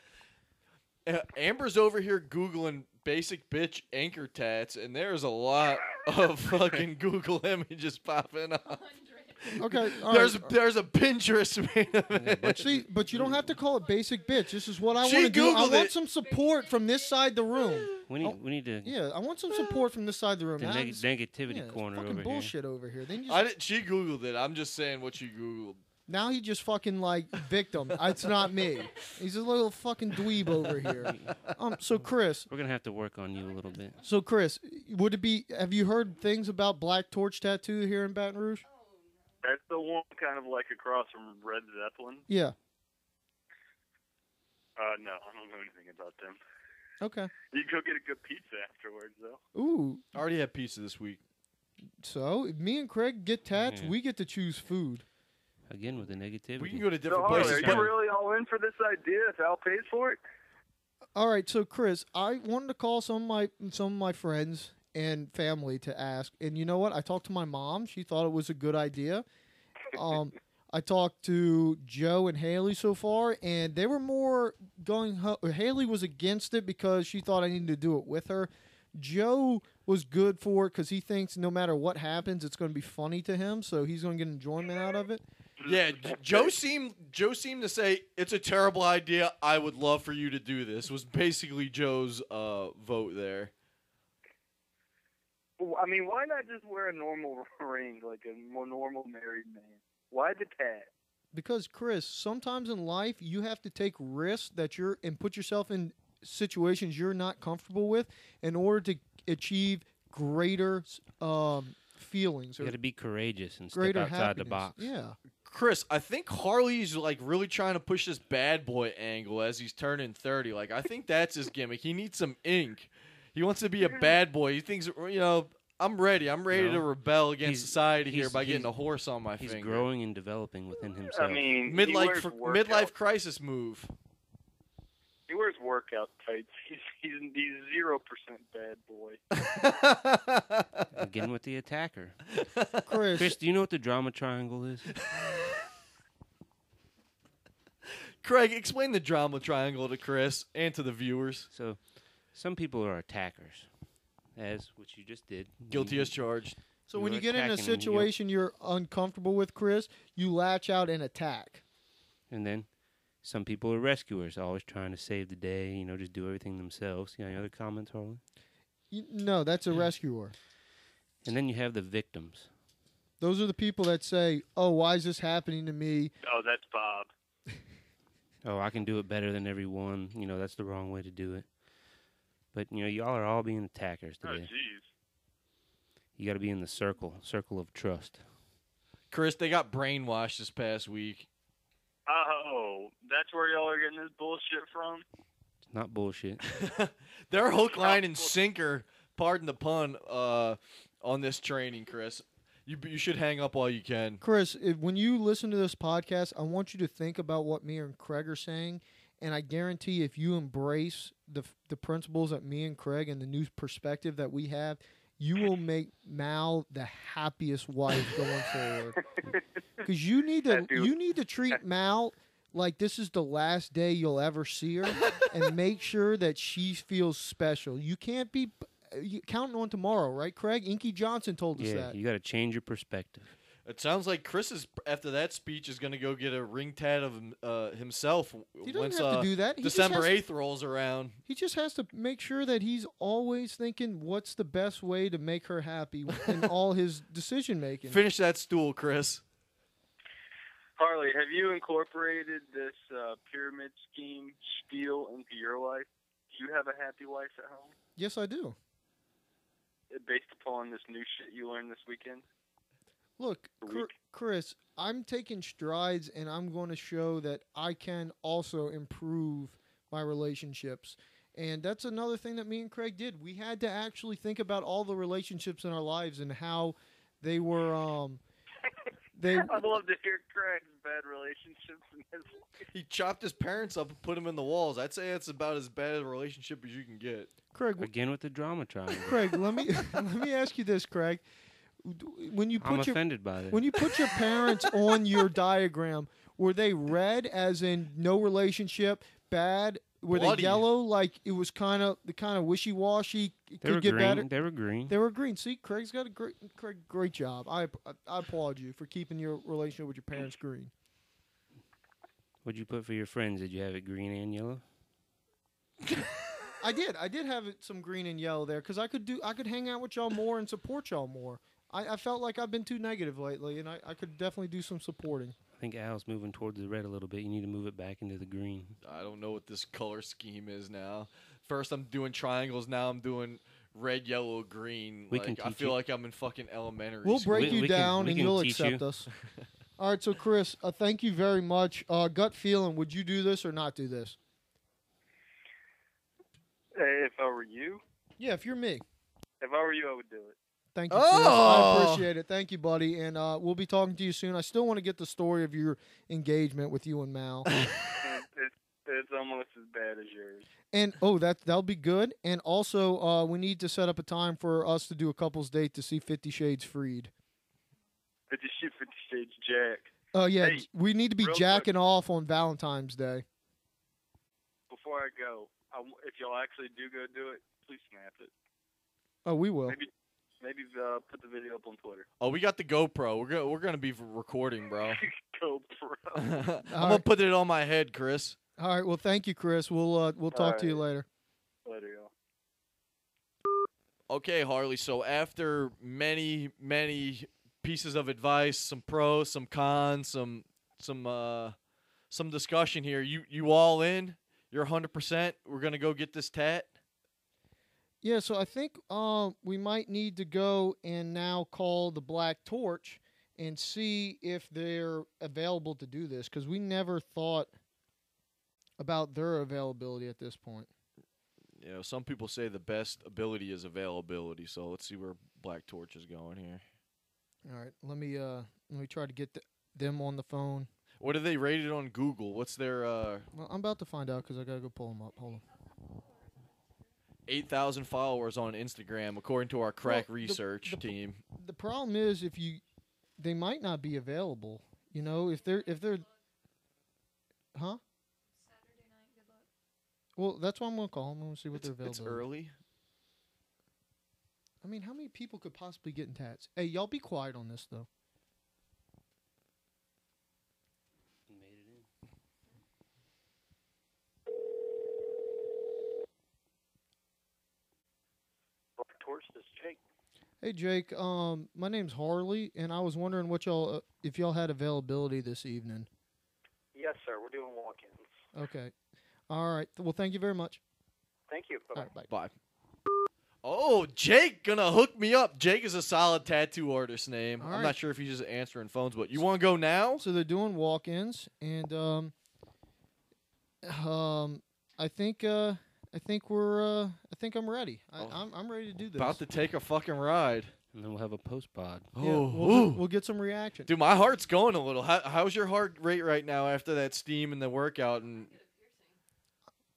Uh, Amber's over here googling basic bitch anchor tats, and there's a lot of fucking Google images popping up.
Okay, all
there's
right.
there's a Pinterest [laughs] made of it.
But see, but you don't have to call it basic bitch. This is what I
She
want to do. I
Googled
want
it.
some support from this side the room.
We need
Oh,
we need to
Yeah, I want some support from this side of the room.
the
Now
neg-
it's-
negativity
yeah, it's
corner
fucking
over here.
bullshit over here. Then you
I
just,
didn't, she googled it. I'm just saying what she googled.
now he just fucking like victim. [laughs] it's not me. He's a little fucking dweeb over here. Um, so Chris,
We're gonna have to work on you a little bit.
so Chris, would it be? Have you heard things about Black Torch Tattoo here in Baton Rouge?
That's the one kind of like across from Red Zeppelin.
Yeah.
Uh, no, I don't know anything about them.
Okay.
You can go get a good pizza afterwards, though.
Ooh.
I already had pizza this week.
So if me and Craig get tats.
Yeah.
We get to choose food.
Again with the negativity.
We can go to
So,
different
Harley,
places.
are
Harley,
you
now.
really all in for this idea if Al pays for it?
All right. So Chris, I wanted to call some of my some of my friends and family to ask. And you know what? I talked to my mom. She thought it was a good idea. Um, I talked to Joe and Haley so far, and they were more going. Ho- Haley was against it because she thought I needed to do it with her. Joe was good for it because he thinks no matter what happens, it's going to be funny to him, so he's going to get enjoyment out of it.
Yeah, J- Joe seemed Joe seemed to say it's a terrible idea. I would love for you to do this. Was basically Joe's uh, vote there.
Well, I mean, why not just wear a normal [laughs] ring, like a more normal married man? Why the tat?
Because Chris, sometimes in life you have to take risks that you're and put yourself in situations you're not comfortable with in order to achieve greater um, feelings
You
or
got to be courageous and step
greater
outside
happiness.
the box.
Yeah.
Chris, I think Harley's like really trying to push this bad boy angle as he's turning thirty. Like I think that's his gimmick. He needs some ink. He wants to be a bad boy. He thinks you know. I'm ready. I'm ready
No.
to rebel against
He's-
society here
he's-
by getting
he's-
a horse on my
He's
finger.
growing and developing within himself.
I mean, [laughs] he
midlife
wears
fr-
workout-
midlife crisis
[laughs]
move.
He wears workout tights. [laughs] He's he's he's zero percent bad boy.
Again with the
[laughs]
attacker.
Chris,
Chris, do you know what the drama triangle is?
Craig, explain the drama triangle to Chris and to the viewers.
So, some people are attackers, as which you just did.
Guilty
Mm.
You-
as charged.
so
you
when
were
you get in a
attacking and you-
situation you're uncomfortable with, Chris, you latch out and attack.
And then some people are rescuers, always trying to save the day, you know, just do everything themselves. You got any other comments, Harlan?
You, no, that's a rescuer.
And then you have the victims.
Those are the people that say, "Oh, why is this happening to me?"
Oh, that's Bob.
Oh, I can do it better than everyone. You know, that's the wrong way to do it. But, you know, y'all are all being attackers
Oh,
today.
jeez.
You got to be in the circle, circle of trust.
Chris, they got brainwashed this past week.
Oh, that's where y'all are getting this bullshit from.
It's not bullshit.
They're hook, line, and sinker, pardon the pun, uh, on this training, Chris. You b- you should hang up all you can.
Chris, if, when you listen to this podcast, I want you to think about what me and Craig are saying, and I guarantee if you embrace the f- the principles that me and Craig and the new perspective that we have, you will make Mal the happiest wife going
[laughs]
forward. Because you need to
That dude-
you need to
[laughs]
treat Mal like this is the last day you'll ever see her, and make sure that she feels special. You can't be. uh, You counting on tomorrow, right, Craig? Inky Johnson told us
Yeah,
that.
you got to change your perspective.
It sounds like Chris is after that speech is gonna go get a ring tat of him- uh, himself
He doesn't
once
have
uh,
to do that. He just
December
has to-
eighth rolls around.
He just has to make sure that he's always thinking what's the best way to make her happy
[laughs]
in all his decision making.
Finish that stool, Chris.
Harley, have you incorporated this uh, pyramid scheme spiel into your life? Do you have a happy wife at home
Yes, I do.
uh, based upon this new shit you learned this weekend?
Look,
A
Cr-
week.
Chris, I'm taking strides and I'm going to show that I can also improve my relationships. And that's another thing that me and Craig did. We had to actually think about all the relationships in our lives and how they were um
[laughs]
they
I'd love to hear Craig's bad relationships in his life.
He chopped his parents up and put them in the walls. I'd say that's about as bad a relationship as you can get.
Craig
Again with the
[laughs]
drama triangle.
Craig, let me let me ask you this, Craig. When you
I'm
put your
offended by that.
When you put your
[laughs]
parents on your diagram, were they red as in no relationship, bad? Were
Bloody.
they yellow like it was kind of the kind of wishy washy? Could
they were
get
green.
better.
They were green.
They were green. See, Craig's got a great, Craig, great job. I, I applaud you for keeping your relationship with your parents green.
What'd you put for your friends? Did you have it green and yellow?
I did. I did have it- some green and yellow there because I could do. I could hang out with y'all more and support y'all more. I, I felt like I've been too negative lately, and I, I could definitely do some supporting.
I think Al's moving towards the red a little bit. You need to move it back into the green.
I don't know what this color scheme is now. First I'm doing triangles, now I'm doing red, yellow, green.
We
like
can
I
teach
feel
you.
like I'm in fucking elementary
We'll
school.
break
We-
you
we can-
down
we
and
can
you'll
teach you.
accept
[laughs]
us. All right, so Chris, uh, thank you very much. Uh, gut feeling, would you do this or not do this?
Hey, if I were you,
Yeah, if you're me.
if I were you, I would do it.
Thank you, Chris. I
Oh.
appreciate it. Thank you, buddy. And uh, we'll be talking to you soon. I still want to get the story of your engagement with you and Mal.
It, it, it's almost as bad as yours.
and oh, that that'll be good. And also, uh, we need to set up a time for us to do a couple's date to see Fifty Shades Freed.
But you shoot 50 Shades Jack.
Oh yeah,
Hey,
we need to be
real quick.
jacking off on Valentine's Day.
Before I go, I w if y'all actually do go do it, please snap it.
Oh, we will.
Maybe, maybe uh, put the video up on Twitter. [laughs]
Oh, we got the GoPro. We're gonna we're gonna be
[laughs]
recording, bro. [laughs]
Go
I'm
pro.
gonna put it on my head, Chris.
All right. Well, thank you, Chris. We'll uh, we'll talk to you
right.
later.
Later, y'all.
Okay, Harley. So after many, many pieces of advice, some pros, some cons, some some uh some discussion here. You you all in? You're 100%. We're going to go get this tat.
Yeah, so I think um, we might need to go and now call the Black Torch and see if they're available to do this because we never thought about their availability at this point.
You know, some people say the best ability is availability. So let's see where Black Torch is going here.
All right, let me uh, let me try to get th- them on the phone.
What are they rated on Google? What's their uh
Well, I'm about to find out because I gotta go pull them up. Hold on.
8,000 followers on Instagram according to our crack
Well, the-
research
the-
team?
The problem is if you, they might not be available. You know, if they're if they're, huh? Well, that's why I'm gonna call them and see what
It's,
they're available.
it's early.
I mean, how many people could possibly get in tats? Hey, y'all be quiet on this though.
Black Torch, this is Jake.
Hey Jake, um, my name's Harley, and I was wondering what y'all uh, if y'all had availability this evening.
Yes, sir. We're doing walk-ins.
Okay, all right. Well, thank you very much.
Thank you.
All right, bye.
Bye. Oh, Jake gonna hook me up. Jake is a solid tattoo artist name.
All
I'm
right.
not sure if he's just answering phones, but you want to go now?
So they're doing walk-ins, and um, um, I think uh, I think we're uh, I think I'm ready. I,
Oh.
I'm I'm ready to do this.
About to take a fucking ride.
and then we'll have a post pod.
Yeah,
Oh,
we'll,
ooh.
get, we'll get some reaction.
Dude, my heart's going a little. How, how's your heart rate right now after that steam and the workout? And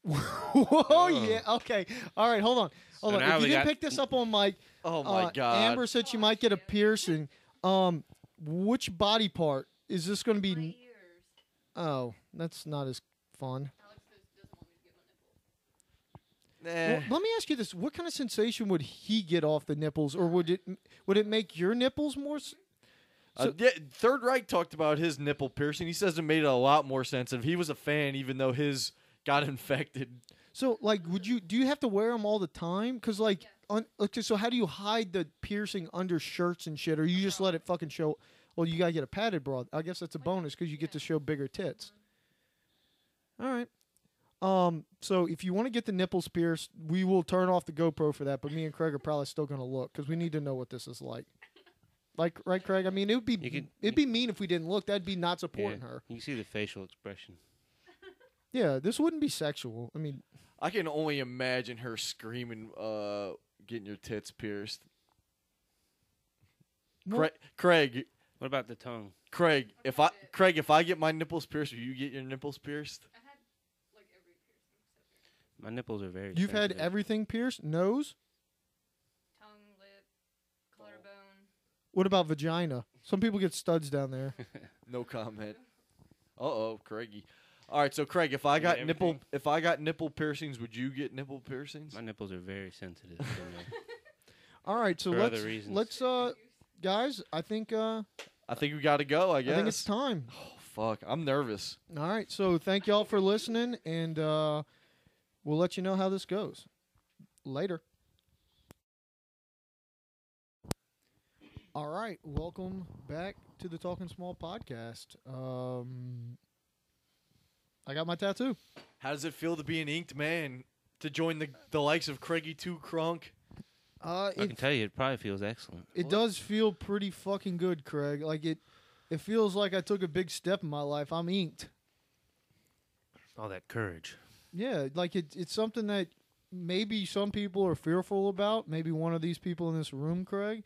[laughs] Whoa, yeah. Okay. All right. Hold on. Hold on.
So now
If you
we
didn't
got-
pick this up on Mike,
oh my
uh,
god,
Amber said she might get a piercing. Um, which body part is this going to
My
be?
ears.
Oh, that's not as fun.
Alex does- doesn't want me to get my
Eh.
nipples.
Well, let me ask you this: What kind of sensation would he get off the nipples, or would it would it make your nipples more? s-
Uh,
so-
yeah, Third Reich talked about his nipple piercing. He says it made it a lot more sensitive. He was a fan, even though his got [laughs] infected.
So, like, would you do you have to wear them all the time? Because, like, un, okay, so how do you hide the piercing under shirts and shit, or you just let it fucking show? Well, you gotta get a padded bra. I guess that's a bonus because you get to show bigger tits. All right. Um. So, if you want to get the nipples pierced, we will turn off the GoPro for that. But me and Craig are probably still gonna look because we need to know what this is like. Like, right, Craig? I mean, it would be
You could-
it'd be mean if we didn't look. That'd be not supporting
Yeah.
her.
You can see the facial expression.
Yeah. This wouldn't be sexual. I mean,
I can only imagine her screaming, uh, getting your tits pierced.
Well-
Craig, Craig,
What about the tongue?
Craig, if I Craig, if I get my nipples pierced, will you get your nipples pierced?
I had like every piercing except for
My nipples are very.
you've had
sensitive.
everything pierced, nose.
tongue, lip, collarbone.
What about vagina? Some people get studs down
[laughs]
there.
No comment. Uh oh, Craigie. All right, so Craig, if I got
Get
nipple,
everything.
if I got nipple piercings, would you get nipple piercings?
My nipples are
[laughs]
very sensitive. so no.
Uh,
[laughs]
All right, so
For other
let's
reasons.
let's uh guys, I think uh
I think we got to go. I guess.
I think it's time.
Oh fuck, I'm nervous.
All right, so thank y'all for listening and uh we'll let you know how this goes. Later. All right, welcome back to the Talking Small podcast. Um I got my tattoo.
How does it feel to be an inked man? To join the the likes of Craigie Two Crunk?
Uh
I can
it,
tell you, it probably feels excellent.
it does feel pretty fucking good, Craig. Like it it feels like I took a big step in my life. I'm inked.
All that courage.
Yeah, like it, it's something that maybe some people are fearful about. Maybe one of these people in this room, Craig,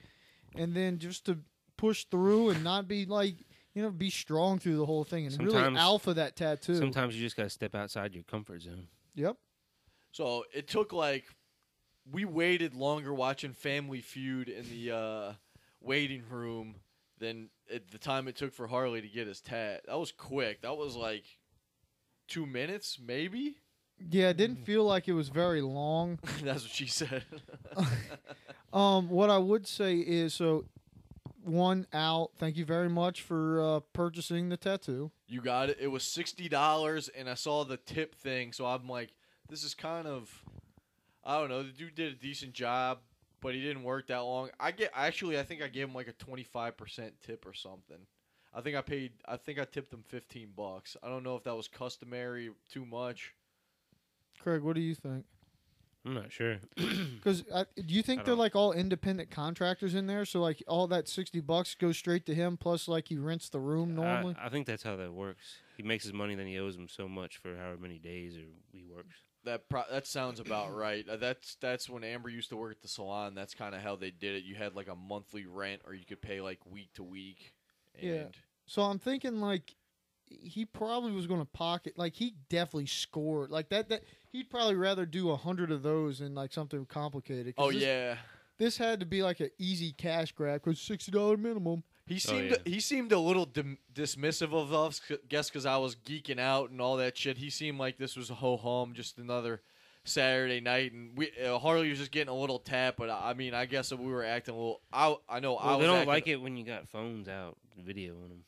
and then just to push through and not be like you know be strong through the whole thing and really
Sometimes-
alpha that tattoo.
Sometimes you just gotta step outside your comfort zone.
Yep.
So it took like we waited longer watching Family Feud in the uh, waiting room than at the time it took for Harley to get his tat. That was quick. That was like two minutes, maybe. [laughs]
Yeah, it didn't feel like it was very long.
That's what she said. [laughs]
Um, what I would say is so. One Al, thank you very much for uh, purchasing the tattoo.
you got it. It was sixty dollars, and I saw the tip thing, so I'm like, this is kind of, I don't know. The dude did a decent job, but he didn't work that long. I get actually, I think I gave him like a twenty five percent tip or something. I think I paid. I think I tipped him fifteen bucks. I don't know if that was customary, too much.
Craig, what do you think?
I'm not sure.
Because do you think
I
they're
don't-
like all independent contractors in there? So like all that sixty bucks goes straight to him. Plus like he rents the room normally.
I, I think that's how that works. He makes his money, then he owes him so much for however many days or he works.
That pro- that
[clears throat]
sounds about right. Uh, That's that's when Amber used to work at the salon. That's kind of how they did it. You had like a monthly rent, or you could pay like week to week. And
Yeah. so I'm thinking like he probably was going to pocket. Like he definitely scored like that. That he'd probably rather do a hundred of those than like something complicated. 'Cause
Oh
this,
yeah.
this had to be like an easy cash grab because sixty dollar minimum.
He
Oh,
seemed
yeah.
he seemed a little dim- dismissive of us, c- guess because I was geeking out and all that shit. He seemed like this was a ho hum, just another Saturday night, and we uh, Harley was just getting a little tap. But I I mean, I guess we were acting a little. I I know I
Well,
was.
they don't
acting-
like it when you got phones out, video on them.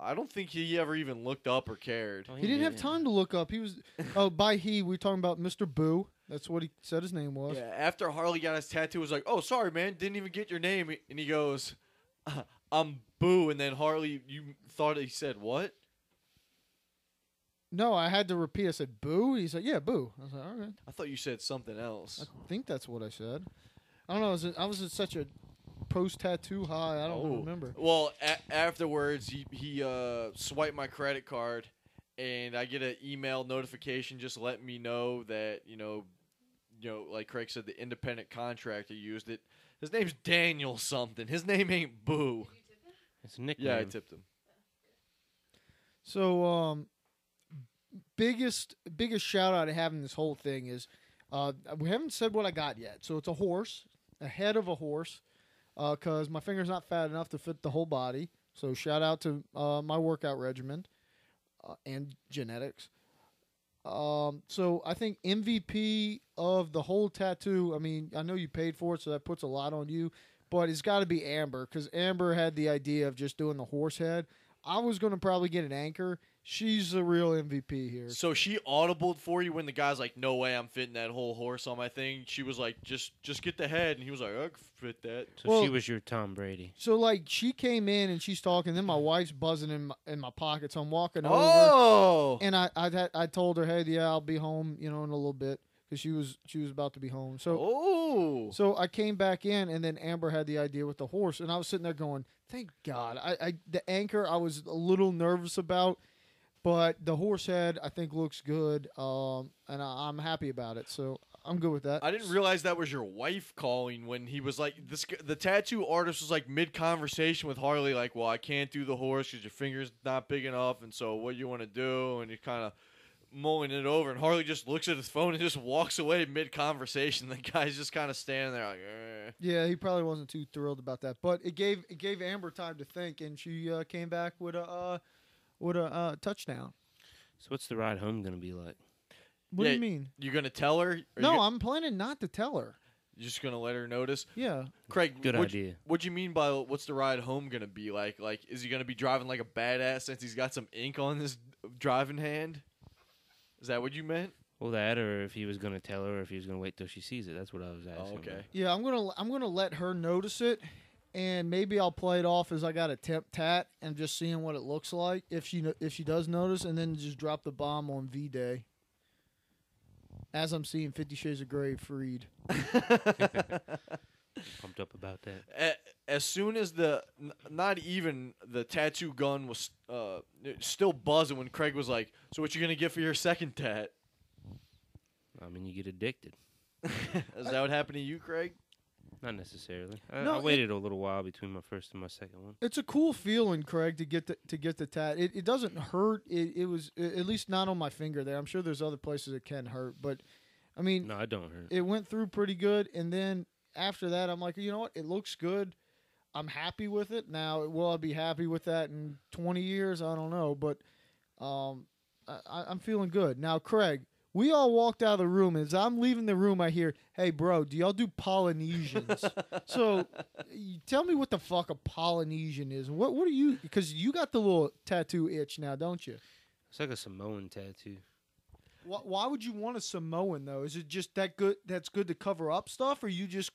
I don't think he ever even looked up or cared.
Oh,
He didn't have time to look up. He
[laughs]
was oh by he we're talking about Mr. Boo. That's what he said his name was.
Yeah, after Harley got his tattoo, it was like, "Oh, sorry, man, didn't even get your name." And he goes, "I'm Boo," and then Harley, you thought he said what?
No, I had to repeat. I said boo. He said yeah boo. I was like all right.
I thought you said something else.
I think that's what I said. I don't know. I was, I was in such a post tattoo high. I don't
Oh.
remember.
Well, a- afterwards, he, he uh, swiped my credit card, and I get an email notification just letting me know that, you know, you know, like Craig said, the independent contractor used it. His name's Daniel something. His name ain't Boo.
It's a nickname.
Yeah, I tipped him.
So, um, biggest biggest shout out of having this whole thing is, uh, we haven't said what I got yet. So it's a horse, a head of a horse, uh, cause my finger's not fat enough to fit the whole body. So shout out to uh, my workout regimen, uh, and genetics. Um, so I think MVP of the whole tattoo. I mean, I know you paid for it, so that puts a lot on you. But it's got to be Amber because Amber had the idea of just doing the horse head. I was going to probably get an anchor. She's the real MVP here.
So she audibled for you when the guy's like, "No way, I'm fitting that whole horse on my thing." She was like, "Just, just get the head," and he was like, "I can fit that."
So
Well-
she was your Tom Brady.
So like she came in and she's talking. Then my wife's buzzing in my, in my pocket, so I'm walking over.
Oh,
And I I, had, I told her, hey, yeah, I'll be home, you know, in a little bit, because she was she was about to be home. So
oh,
So I came back in, and then Amber had the idea with the horse, and I was sitting there going, "Thank God!" I, I the anchor I was a little nervous about, but the horse head I think looks good, um, and I, I'm happy about it. So I'm good with that.
I didn't realize that was your wife calling when he was like this. g- The tattoo artist was like mid conversation with Harley, like, "Well, I can't do the horse because your finger's not big enough, and so what do you want to do?" And you're kind of mulling it over, and Harley just looks at his phone and just walks away mid conversation. [laughs] The guy's just kind of standing there, like, eh.
Yeah, he probably wasn't too thrilled about that, but it gave it gave Amber time to think, and she uh, came back with a uh, with a uh, touchdown.
So what's the ride home gonna be like?
What do
Yeah,
you mean?
"You gonna tell her?" Are
No,
you,
I'm planning not to tell her.
you just gonna let her notice.
Yeah,
Craig,
Good
what'd-
idea.
What'd you mean by what's the ride home gonna be like? Like, is he gonna be driving like a badass since he's got some ink on his driving hand? Is that what you meant?
Well, that, or if he was gonna tell her, or if he was gonna wait till she sees it. That's what I was asking.
okay.
about.
Yeah, I'm gonna I'm gonna let her notice it, and maybe I'll play it off as I got a temp tat and just seeing what it looks like if she no- if she does notice, and then just drop the bomb on V Day. As I'm seeing Fifty Shades of Grey freed.
[laughs]
Pumped up about that.
A- as soon as the n- not even the tattoo gun was uh, still buzzing when Craig was like, "So what you gonna get for your second tat?"
I mean, you get addicted.
Is that what happened to you, Craig?
Not necessarily. I,
No,
I
it-
waited a little while between my first and my second one.
It's a cool feeling, Craig, to get the, to get the tat. It, it doesn't hurt. It, it was a- at least not on my finger there. I'm sure there's other places it can hurt, but I mean,
No, I don't hurt.
it went through pretty good and then after that i'm like you know what it looks good i'm happy with it now will i be happy with that in 20 years i don't know but um, I, I- i'm feeling good now craig we all walked out of the room as i'm leaving the room i hear hey bro do y'all do polynesians so you tell me what the fuck a polynesian is what what are you because you got the little tattoo itch now don't you
It's like a Samoan tattoo.
why, why would you want a Samoan though? Is it just that good? That's good to cover up stuff, or you just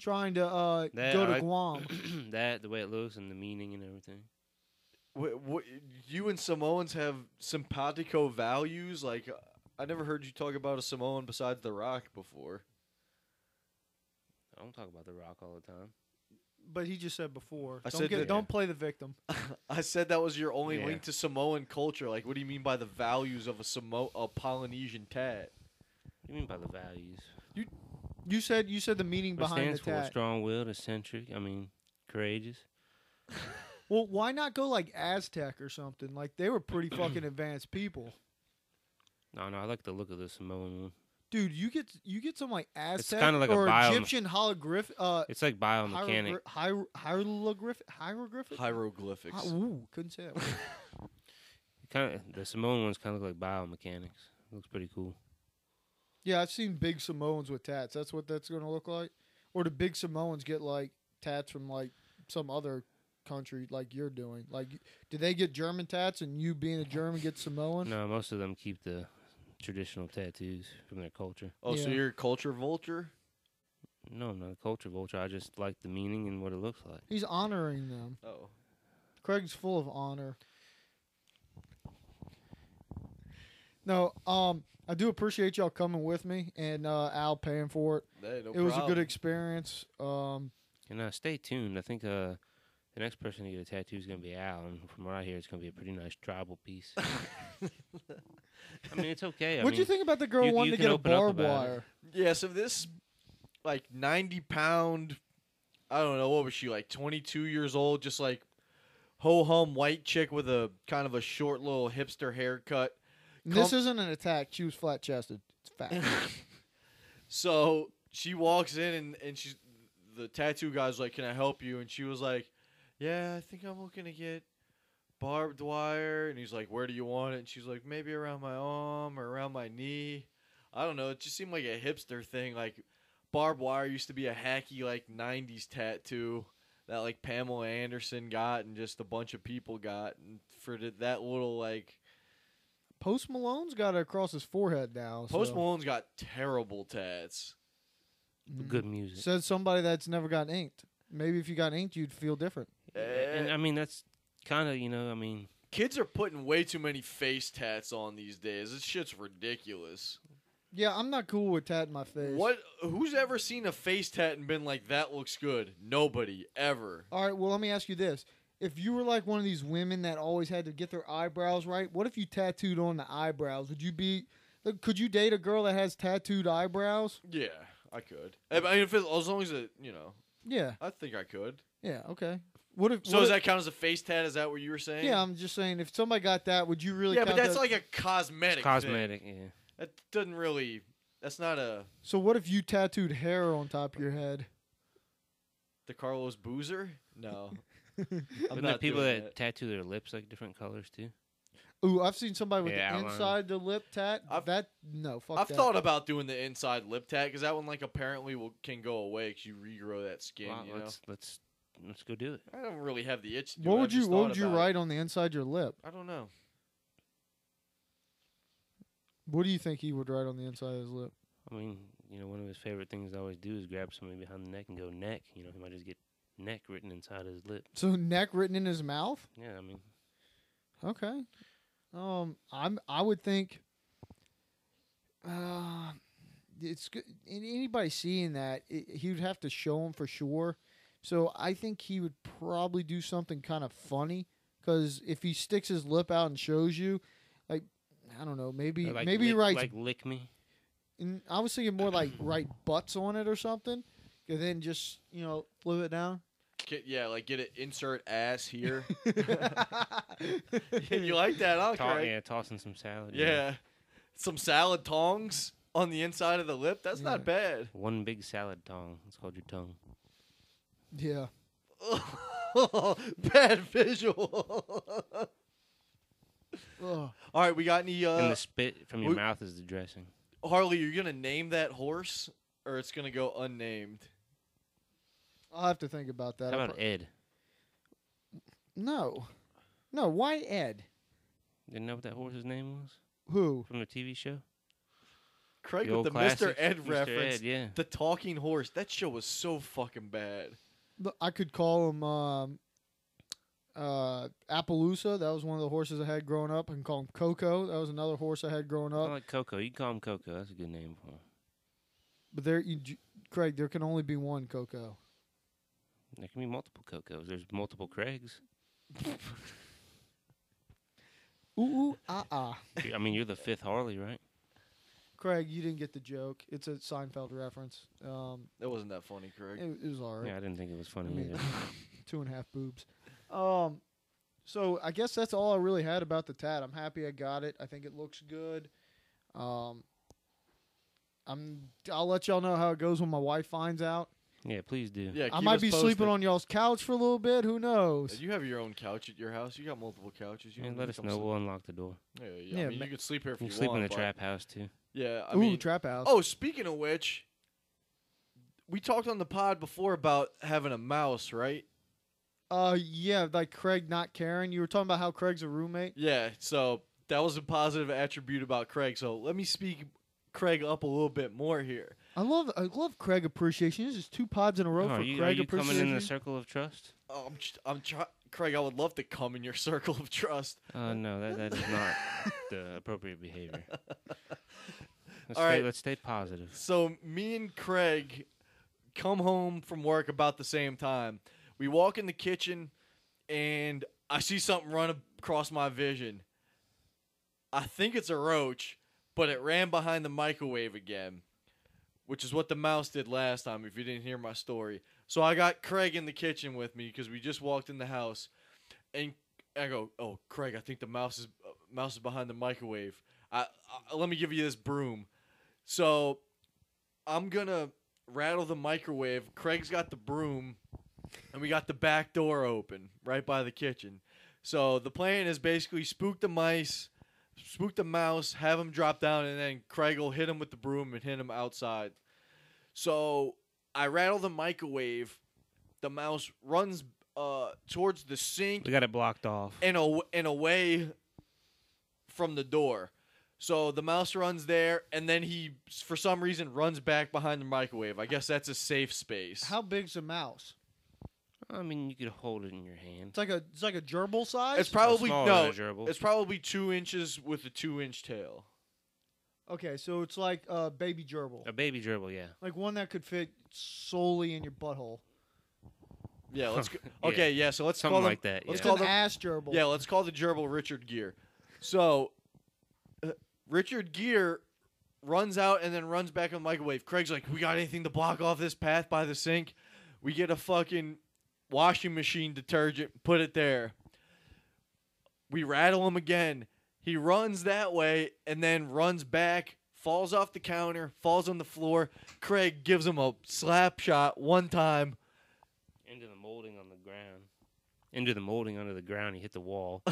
trying to uh,
That,
go
I
to
like-
Guam?
[clears throat]
[coughs]
that, the way it looks, and the meaning and everything.
Wh- wh- you and Samoans have simpatico values. Like, I never heard you talk about a Samoan besides The Rock before. [laughs]
I don't talk about the Rock all the time.
But he just said before.
I
don't
said
get,
that-
don't play the victim.
I said that was your only
Yeah.
link to Samoan culture. Like, what do you mean by the values of a Samo a Polynesian tat?
What do you mean by the values?
You said you said the meaning
What it
behind the
stands for?
tat.
Strong-willed, eccentric. I mean, courageous.
Well, why not go like Aztec or something? Like they were
[clears throat]
pretty fucking advanced people.
No, no, I like the look of the Samoan one.
Dude, you get you get some like Aztec
kinda like a
or
biome-
Egyptian holograph uh
It's like biomechanic.
hieroglyph hier- hieroglyphic hieroglyphic
Hieroglyphics.
Hi- Ooh, couldn't say that. word.
Kind of the Samoan ones kind of look like biomechanics. looks pretty cool.
Yeah, I've seen big Samoans with tats. That's what that's going to look like. Or do big Samoans get like tats from like some other country, like you're doing? Like, do they get German tats, and you being a German get Samoan?
No, most of them keep the traditional tattoos from their culture.
oh, so
Yeah.
you're a culture vulture?
No, I'm not a culture vulture. I just like the meaning and what it looks like.
He's honoring them.
Oh.
Craig's full of honor. No, um, I do appreciate y'all coming with me and uh, Al paying for it.
Hey, no
it was a good
problem.
experience. Um,
And uh, stay tuned. I think uh, The next person to get a tattoo is gonna be Al, and from what I hear, it's gonna be a pretty nice tribal piece.
[laughs]
I mean, it's okay. I
What'd
mean,
you think about the girl
you-
wanting
you
to
can
get a
open up
barbed
about it.
wire?
Yeah, so this like 90 pound, I don't know, what was she, like 22 years old, just like ho hum white chick with a kind of a short little hipster haircut.
And This
Come-
isn't an attack. She was flat chested. It's fact.
so she walks in and, and she's, the tattoo guy's like, Can I help you? And she was like, Yeah, I think I'm looking to get barbed wire. And he's like, Where do you want it? And she's like, Maybe around my arm or around my knee. I don't know. It just seemed like a hipster thing. Like, barbed wire used to be a hacky, like, 90s tattoo that, like, Pamela Anderson got and just a bunch of people got. And for th- that little, like,
Post Malone's got it across his forehead now.
Post
so-
Malone's got terrible tats.
Mm.
good music.
Says somebody that's never got inked. Maybe if you got inked, you'd feel different.
and I mean, that's kind of you know, I mean,
Kids are putting way too many face tats on these days. This shit's ridiculous.
Yeah, I'm not cool with tatting my face.
What? Who's ever seen a face tat and been like, "That looks good"? Nobody ever.
All right, well, let me ask you this. If you were like one of these women that always had to get their eyebrows right, what if you tattooed on the eyebrows? Would you be. like, Could you date a girl that has tattooed eyebrows?
Yeah, I could. I mean, if it, as long as it, you know,
Yeah,
I think I could.
yeah, okay. What if.
So
what
does
if-
that count as a face tat? Is that what you were saying?
Yeah, I'm just saying, if somebody got that, would you really.
yeah, but
count
that's
that-
like a cosmetic. thing.
cosmetic. Yeah.
That doesn't really. That's not a
So what if you tattooed hair on top of your head?
the Carlos Boozer.
[laughs]
No, I'm
But
not
there people
doing
that, tattoo their lips like different colors too.
Ooh, I've seen somebody with
Yeah,
the
outline.
inside the lip tat.
I've-
that no, fuck
I've
that.
thought about doing the inside lip tat because that one like apparently will can go away because you regrow that skin.
Wow,
you know?
let's let's let's go do it.
I don't really have the itch. To do it.
what
I've
would you
just
What
thought
would you
about it.
write on the inside your lip?
I don't know.
What do you think he would write on the inside of his lip?
I mean, you know, one of his favorite things to always do is grab somebody behind the neck and go neck. You know, he might just get neck written inside his lip.
So neck written in his mouth.
Yeah, I mean,
Okay. Um, I'm. I would think. Uh, it's good. an- Anybody seeing that, it, he would have to show him for sure. So I think he would probably do something kind of funny because if he sticks his lip out and shows you, like I don't know, maybe
or like
maybe he
lick,
writes.
like lick me.
n- I was thinking more like write butts on it or something, and then just you know flip it
[laughs]
down.
Ki- yeah, like get it. Insert ass
[laughs]
here. [laughs] you like that, huh,
Ta-
Craig?
yeah, tossing some salad.
Yeah.
you know.
Some salad tongs on the inside of the lip. That's not bad.
One big salad tongue. It's called your tongue.
yeah.
bad [laughs] visual. [laughs]
Ugh.
All right, we got any?
and
Uh,
the spit from your
we-
mouth is the dressing.
Harley, you're gonna name that horse, or it's gonna go unnamed.
I'll have to think about that.
How
I'll
about
pro-
Ed?
No. No, why Ed?
Didn't know what that horse's name was
Who?
from the TV show.
Craig
the
with
old
the Mr.
classic
Ed
Mr.
reference.
Ed, yeah.
The talking horse. That show was so fucking bad.
Look, I could call him um, uh, Appaloosa. That was one of the horses I had growing up. I can call him Coco. That was another horse I had growing
I
up.
like Coco. You can call him Coco. That's a good name for him.
But there, you, j- Craig, there can only be one Coco.
There can be multiple Cocos. There's multiple Craigs.
Ooh, ooh, ah, ah.
I mean, you're the fifth Harley, right?
Craig, you didn't get the joke. It's a Seinfeld reference. Um,
That wasn't that funny, Craig.
it, it was all right.
Yeah, I didn't think it was funny
I mean,
either.
[laughs]
two and a half boobs. Um, so I guess that's all I really had about the tat. I'm happy I got it. I think it looks good. Um, I'm. I'll let y'all know how it goes when my wife finds out.
Yeah, please do.
Yeah,
I
keep
might
us
be
posted.
sleeping on y'all's couch for a little bit. Who knows?
You have your own couch at your house. You got multiple couches. You
And
don't
let
need
us
to come
know.
sleep-
We'll unlock the door.
Yeah, yeah.
Yeah,
I mean,
ma-
you could sleep here if
You
you,
can sleep
want.
in the
but-
trap house too.
Yeah, I
Ooh,
mean.
trap house.
oh, speaking of which, we talked on the pod before about having a mouse, right?
Uh, yeah, like Craig not caring. You were talking about how Craig's a roommate.
Yeah. So that was a positive attribute about Craig. So let me speak Craig up a little bit more here.
I love. I love Craig appreciation. This is two pods in a row
Oh,
for
are you, are
Craig
you coming
appreciation.
in the circle of trust?
Oh, I'm tr- I'm try- Craig. I would love to come in your [laughs] circle of trust. [laughs]
Uh, no, that, that is not the appropriate behavior. Let's
All
stay,
right.
Let's stay positive.
So me and Craig come home from work about the same time. We walk in the kitchen. and I see something run across my vision. I think it's a roach, but it ran behind the microwave again, which is what the mouse did last time, if you didn't hear my story. So I got Craig in the kitchen with me because we just walked in the house, and I go, "Oh, Craig, I think the mouse is uh, mouse is behind the microwave. I, I let me give you this broom." So I'm gonna rattle the microwave. Craig's got the broom, and we got the back door open right by the kitchen. So the plan is basically spook the mice, spook the mouse, have him drop down, and then Craig will hit him with the broom and hit him outside. So I rattle the microwave. The mouse runs uh, towards the sink
We got it blocked off.
and aw- and away from the door. So the mouse runs there, and then he, s- for some reason, runs back behind the microwave. I guess that's a safe space.
How big's a mouse?
I mean, you could hold it in your hand.
It's like a it's like a gerbil size.
it's probably
smaller
no.
than a gerbil.
It's probably two inches with a two-inch tail.
okay, so it's like a baby gerbil,
A baby gerbil, yeah.
like one that could fit solely in your butthole.
Yeah. Let's go.
[laughs] Yeah.
okay. Yeah. So let's
Something
call
like
them,
that.
let's
yeah.
It's
call
an
them-
ass gerbil.
Yeah. Let's call the gerbil Richard Gear. So uh, Richard Gear runs out and then runs back on the microwave. Craig's like, "We got anything to block off this path by the sink?" We get a fucking washing machine detergent, put it there. We rattle him again. He runs that way and then runs back, falls off the counter, falls on the floor. Craig gives him a slap shot one time. [laughs]
into the molding on the ground. Into the molding under the ground. He hit the
[laughs]
wall.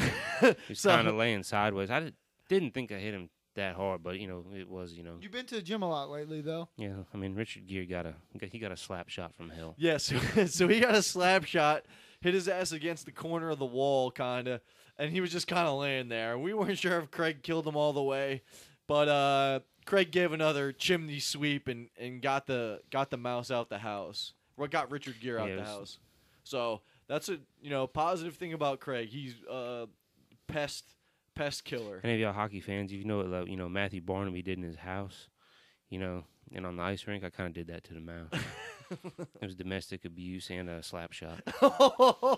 He's
So-
kind of laying sideways. I did, didn't think I hit him that hard, but you know it was. You know,
You've been to the gym a lot lately, though.
yeah. I mean, Richard Gere got a he got a slap shot from hell.
Yeah, so, [laughs] so he got a slap shot, hit his ass against the corner of the wall, kind of, and he was just kind of laying there. We weren't sure if Craig killed him all the way, but uh, Craig gave another chimney sweep and, and got the got the mouse out the house. Well, got Richard Gere out
Yeah, it
the
was-
house. So that's a you know positive thing about Craig. He's a pest pest killer. [laughs]
Any of y'all hockey fans, you know what like, you know Matthew Barnaby did in his house, you know, and on the ice rink, I kind of did that to
[laughs]
the mouse. it was domestic abuse and a slap shot.
Oh,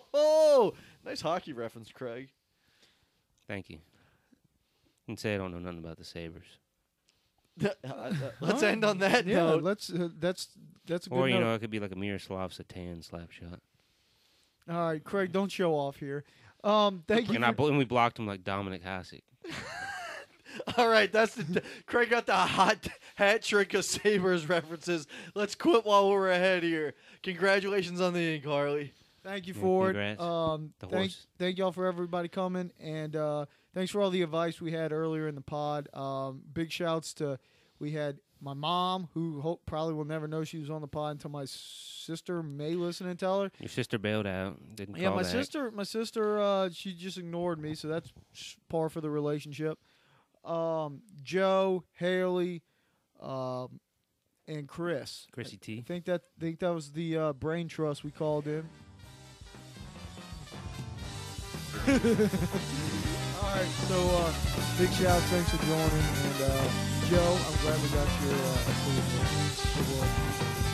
nice hockey reference, Craig. [laughs]
Thank you. And say I don't know nothing about the Sabers,
[laughs] Uh, Let's end on that
Yeah,
note.
let's. Uh, that's that's a good
or you
note.
know, it could be like a Miroslav Satan slap shot.
All right, Craig, don't show off here. Um, thank you.
And I
for-
bl- and we blocked him like Dominic Hasek.
[laughs] All right, that's the Craig got the hot hat trick of Sabres references. Let's quit while we're ahead here. Congratulations on the ink, Harley.
thank you
Yeah,
for it.
congrats.
Um,
The
thank,
horse.
thank y'all for everybody coming, and uh, thanks for all the advice we had earlier in the pod. Um, big shouts to we had my mom, who hope, probably will never know she was on the pod until my sister may listen and tell her.
Your sister bailed out. Didn't
Yeah,
call
my
back.
sister, my sister, uh, she just ignored me, so that's par for the relationship. Um, Joe, Haley, um, and Chris.
Chrissy
I
T.
think that think that was the uh, brain trust we called in. [laughs] All right, so uh, big shout, thanks for joining, and uh, Joe, I'm glad we got your uh, approval. So, uh,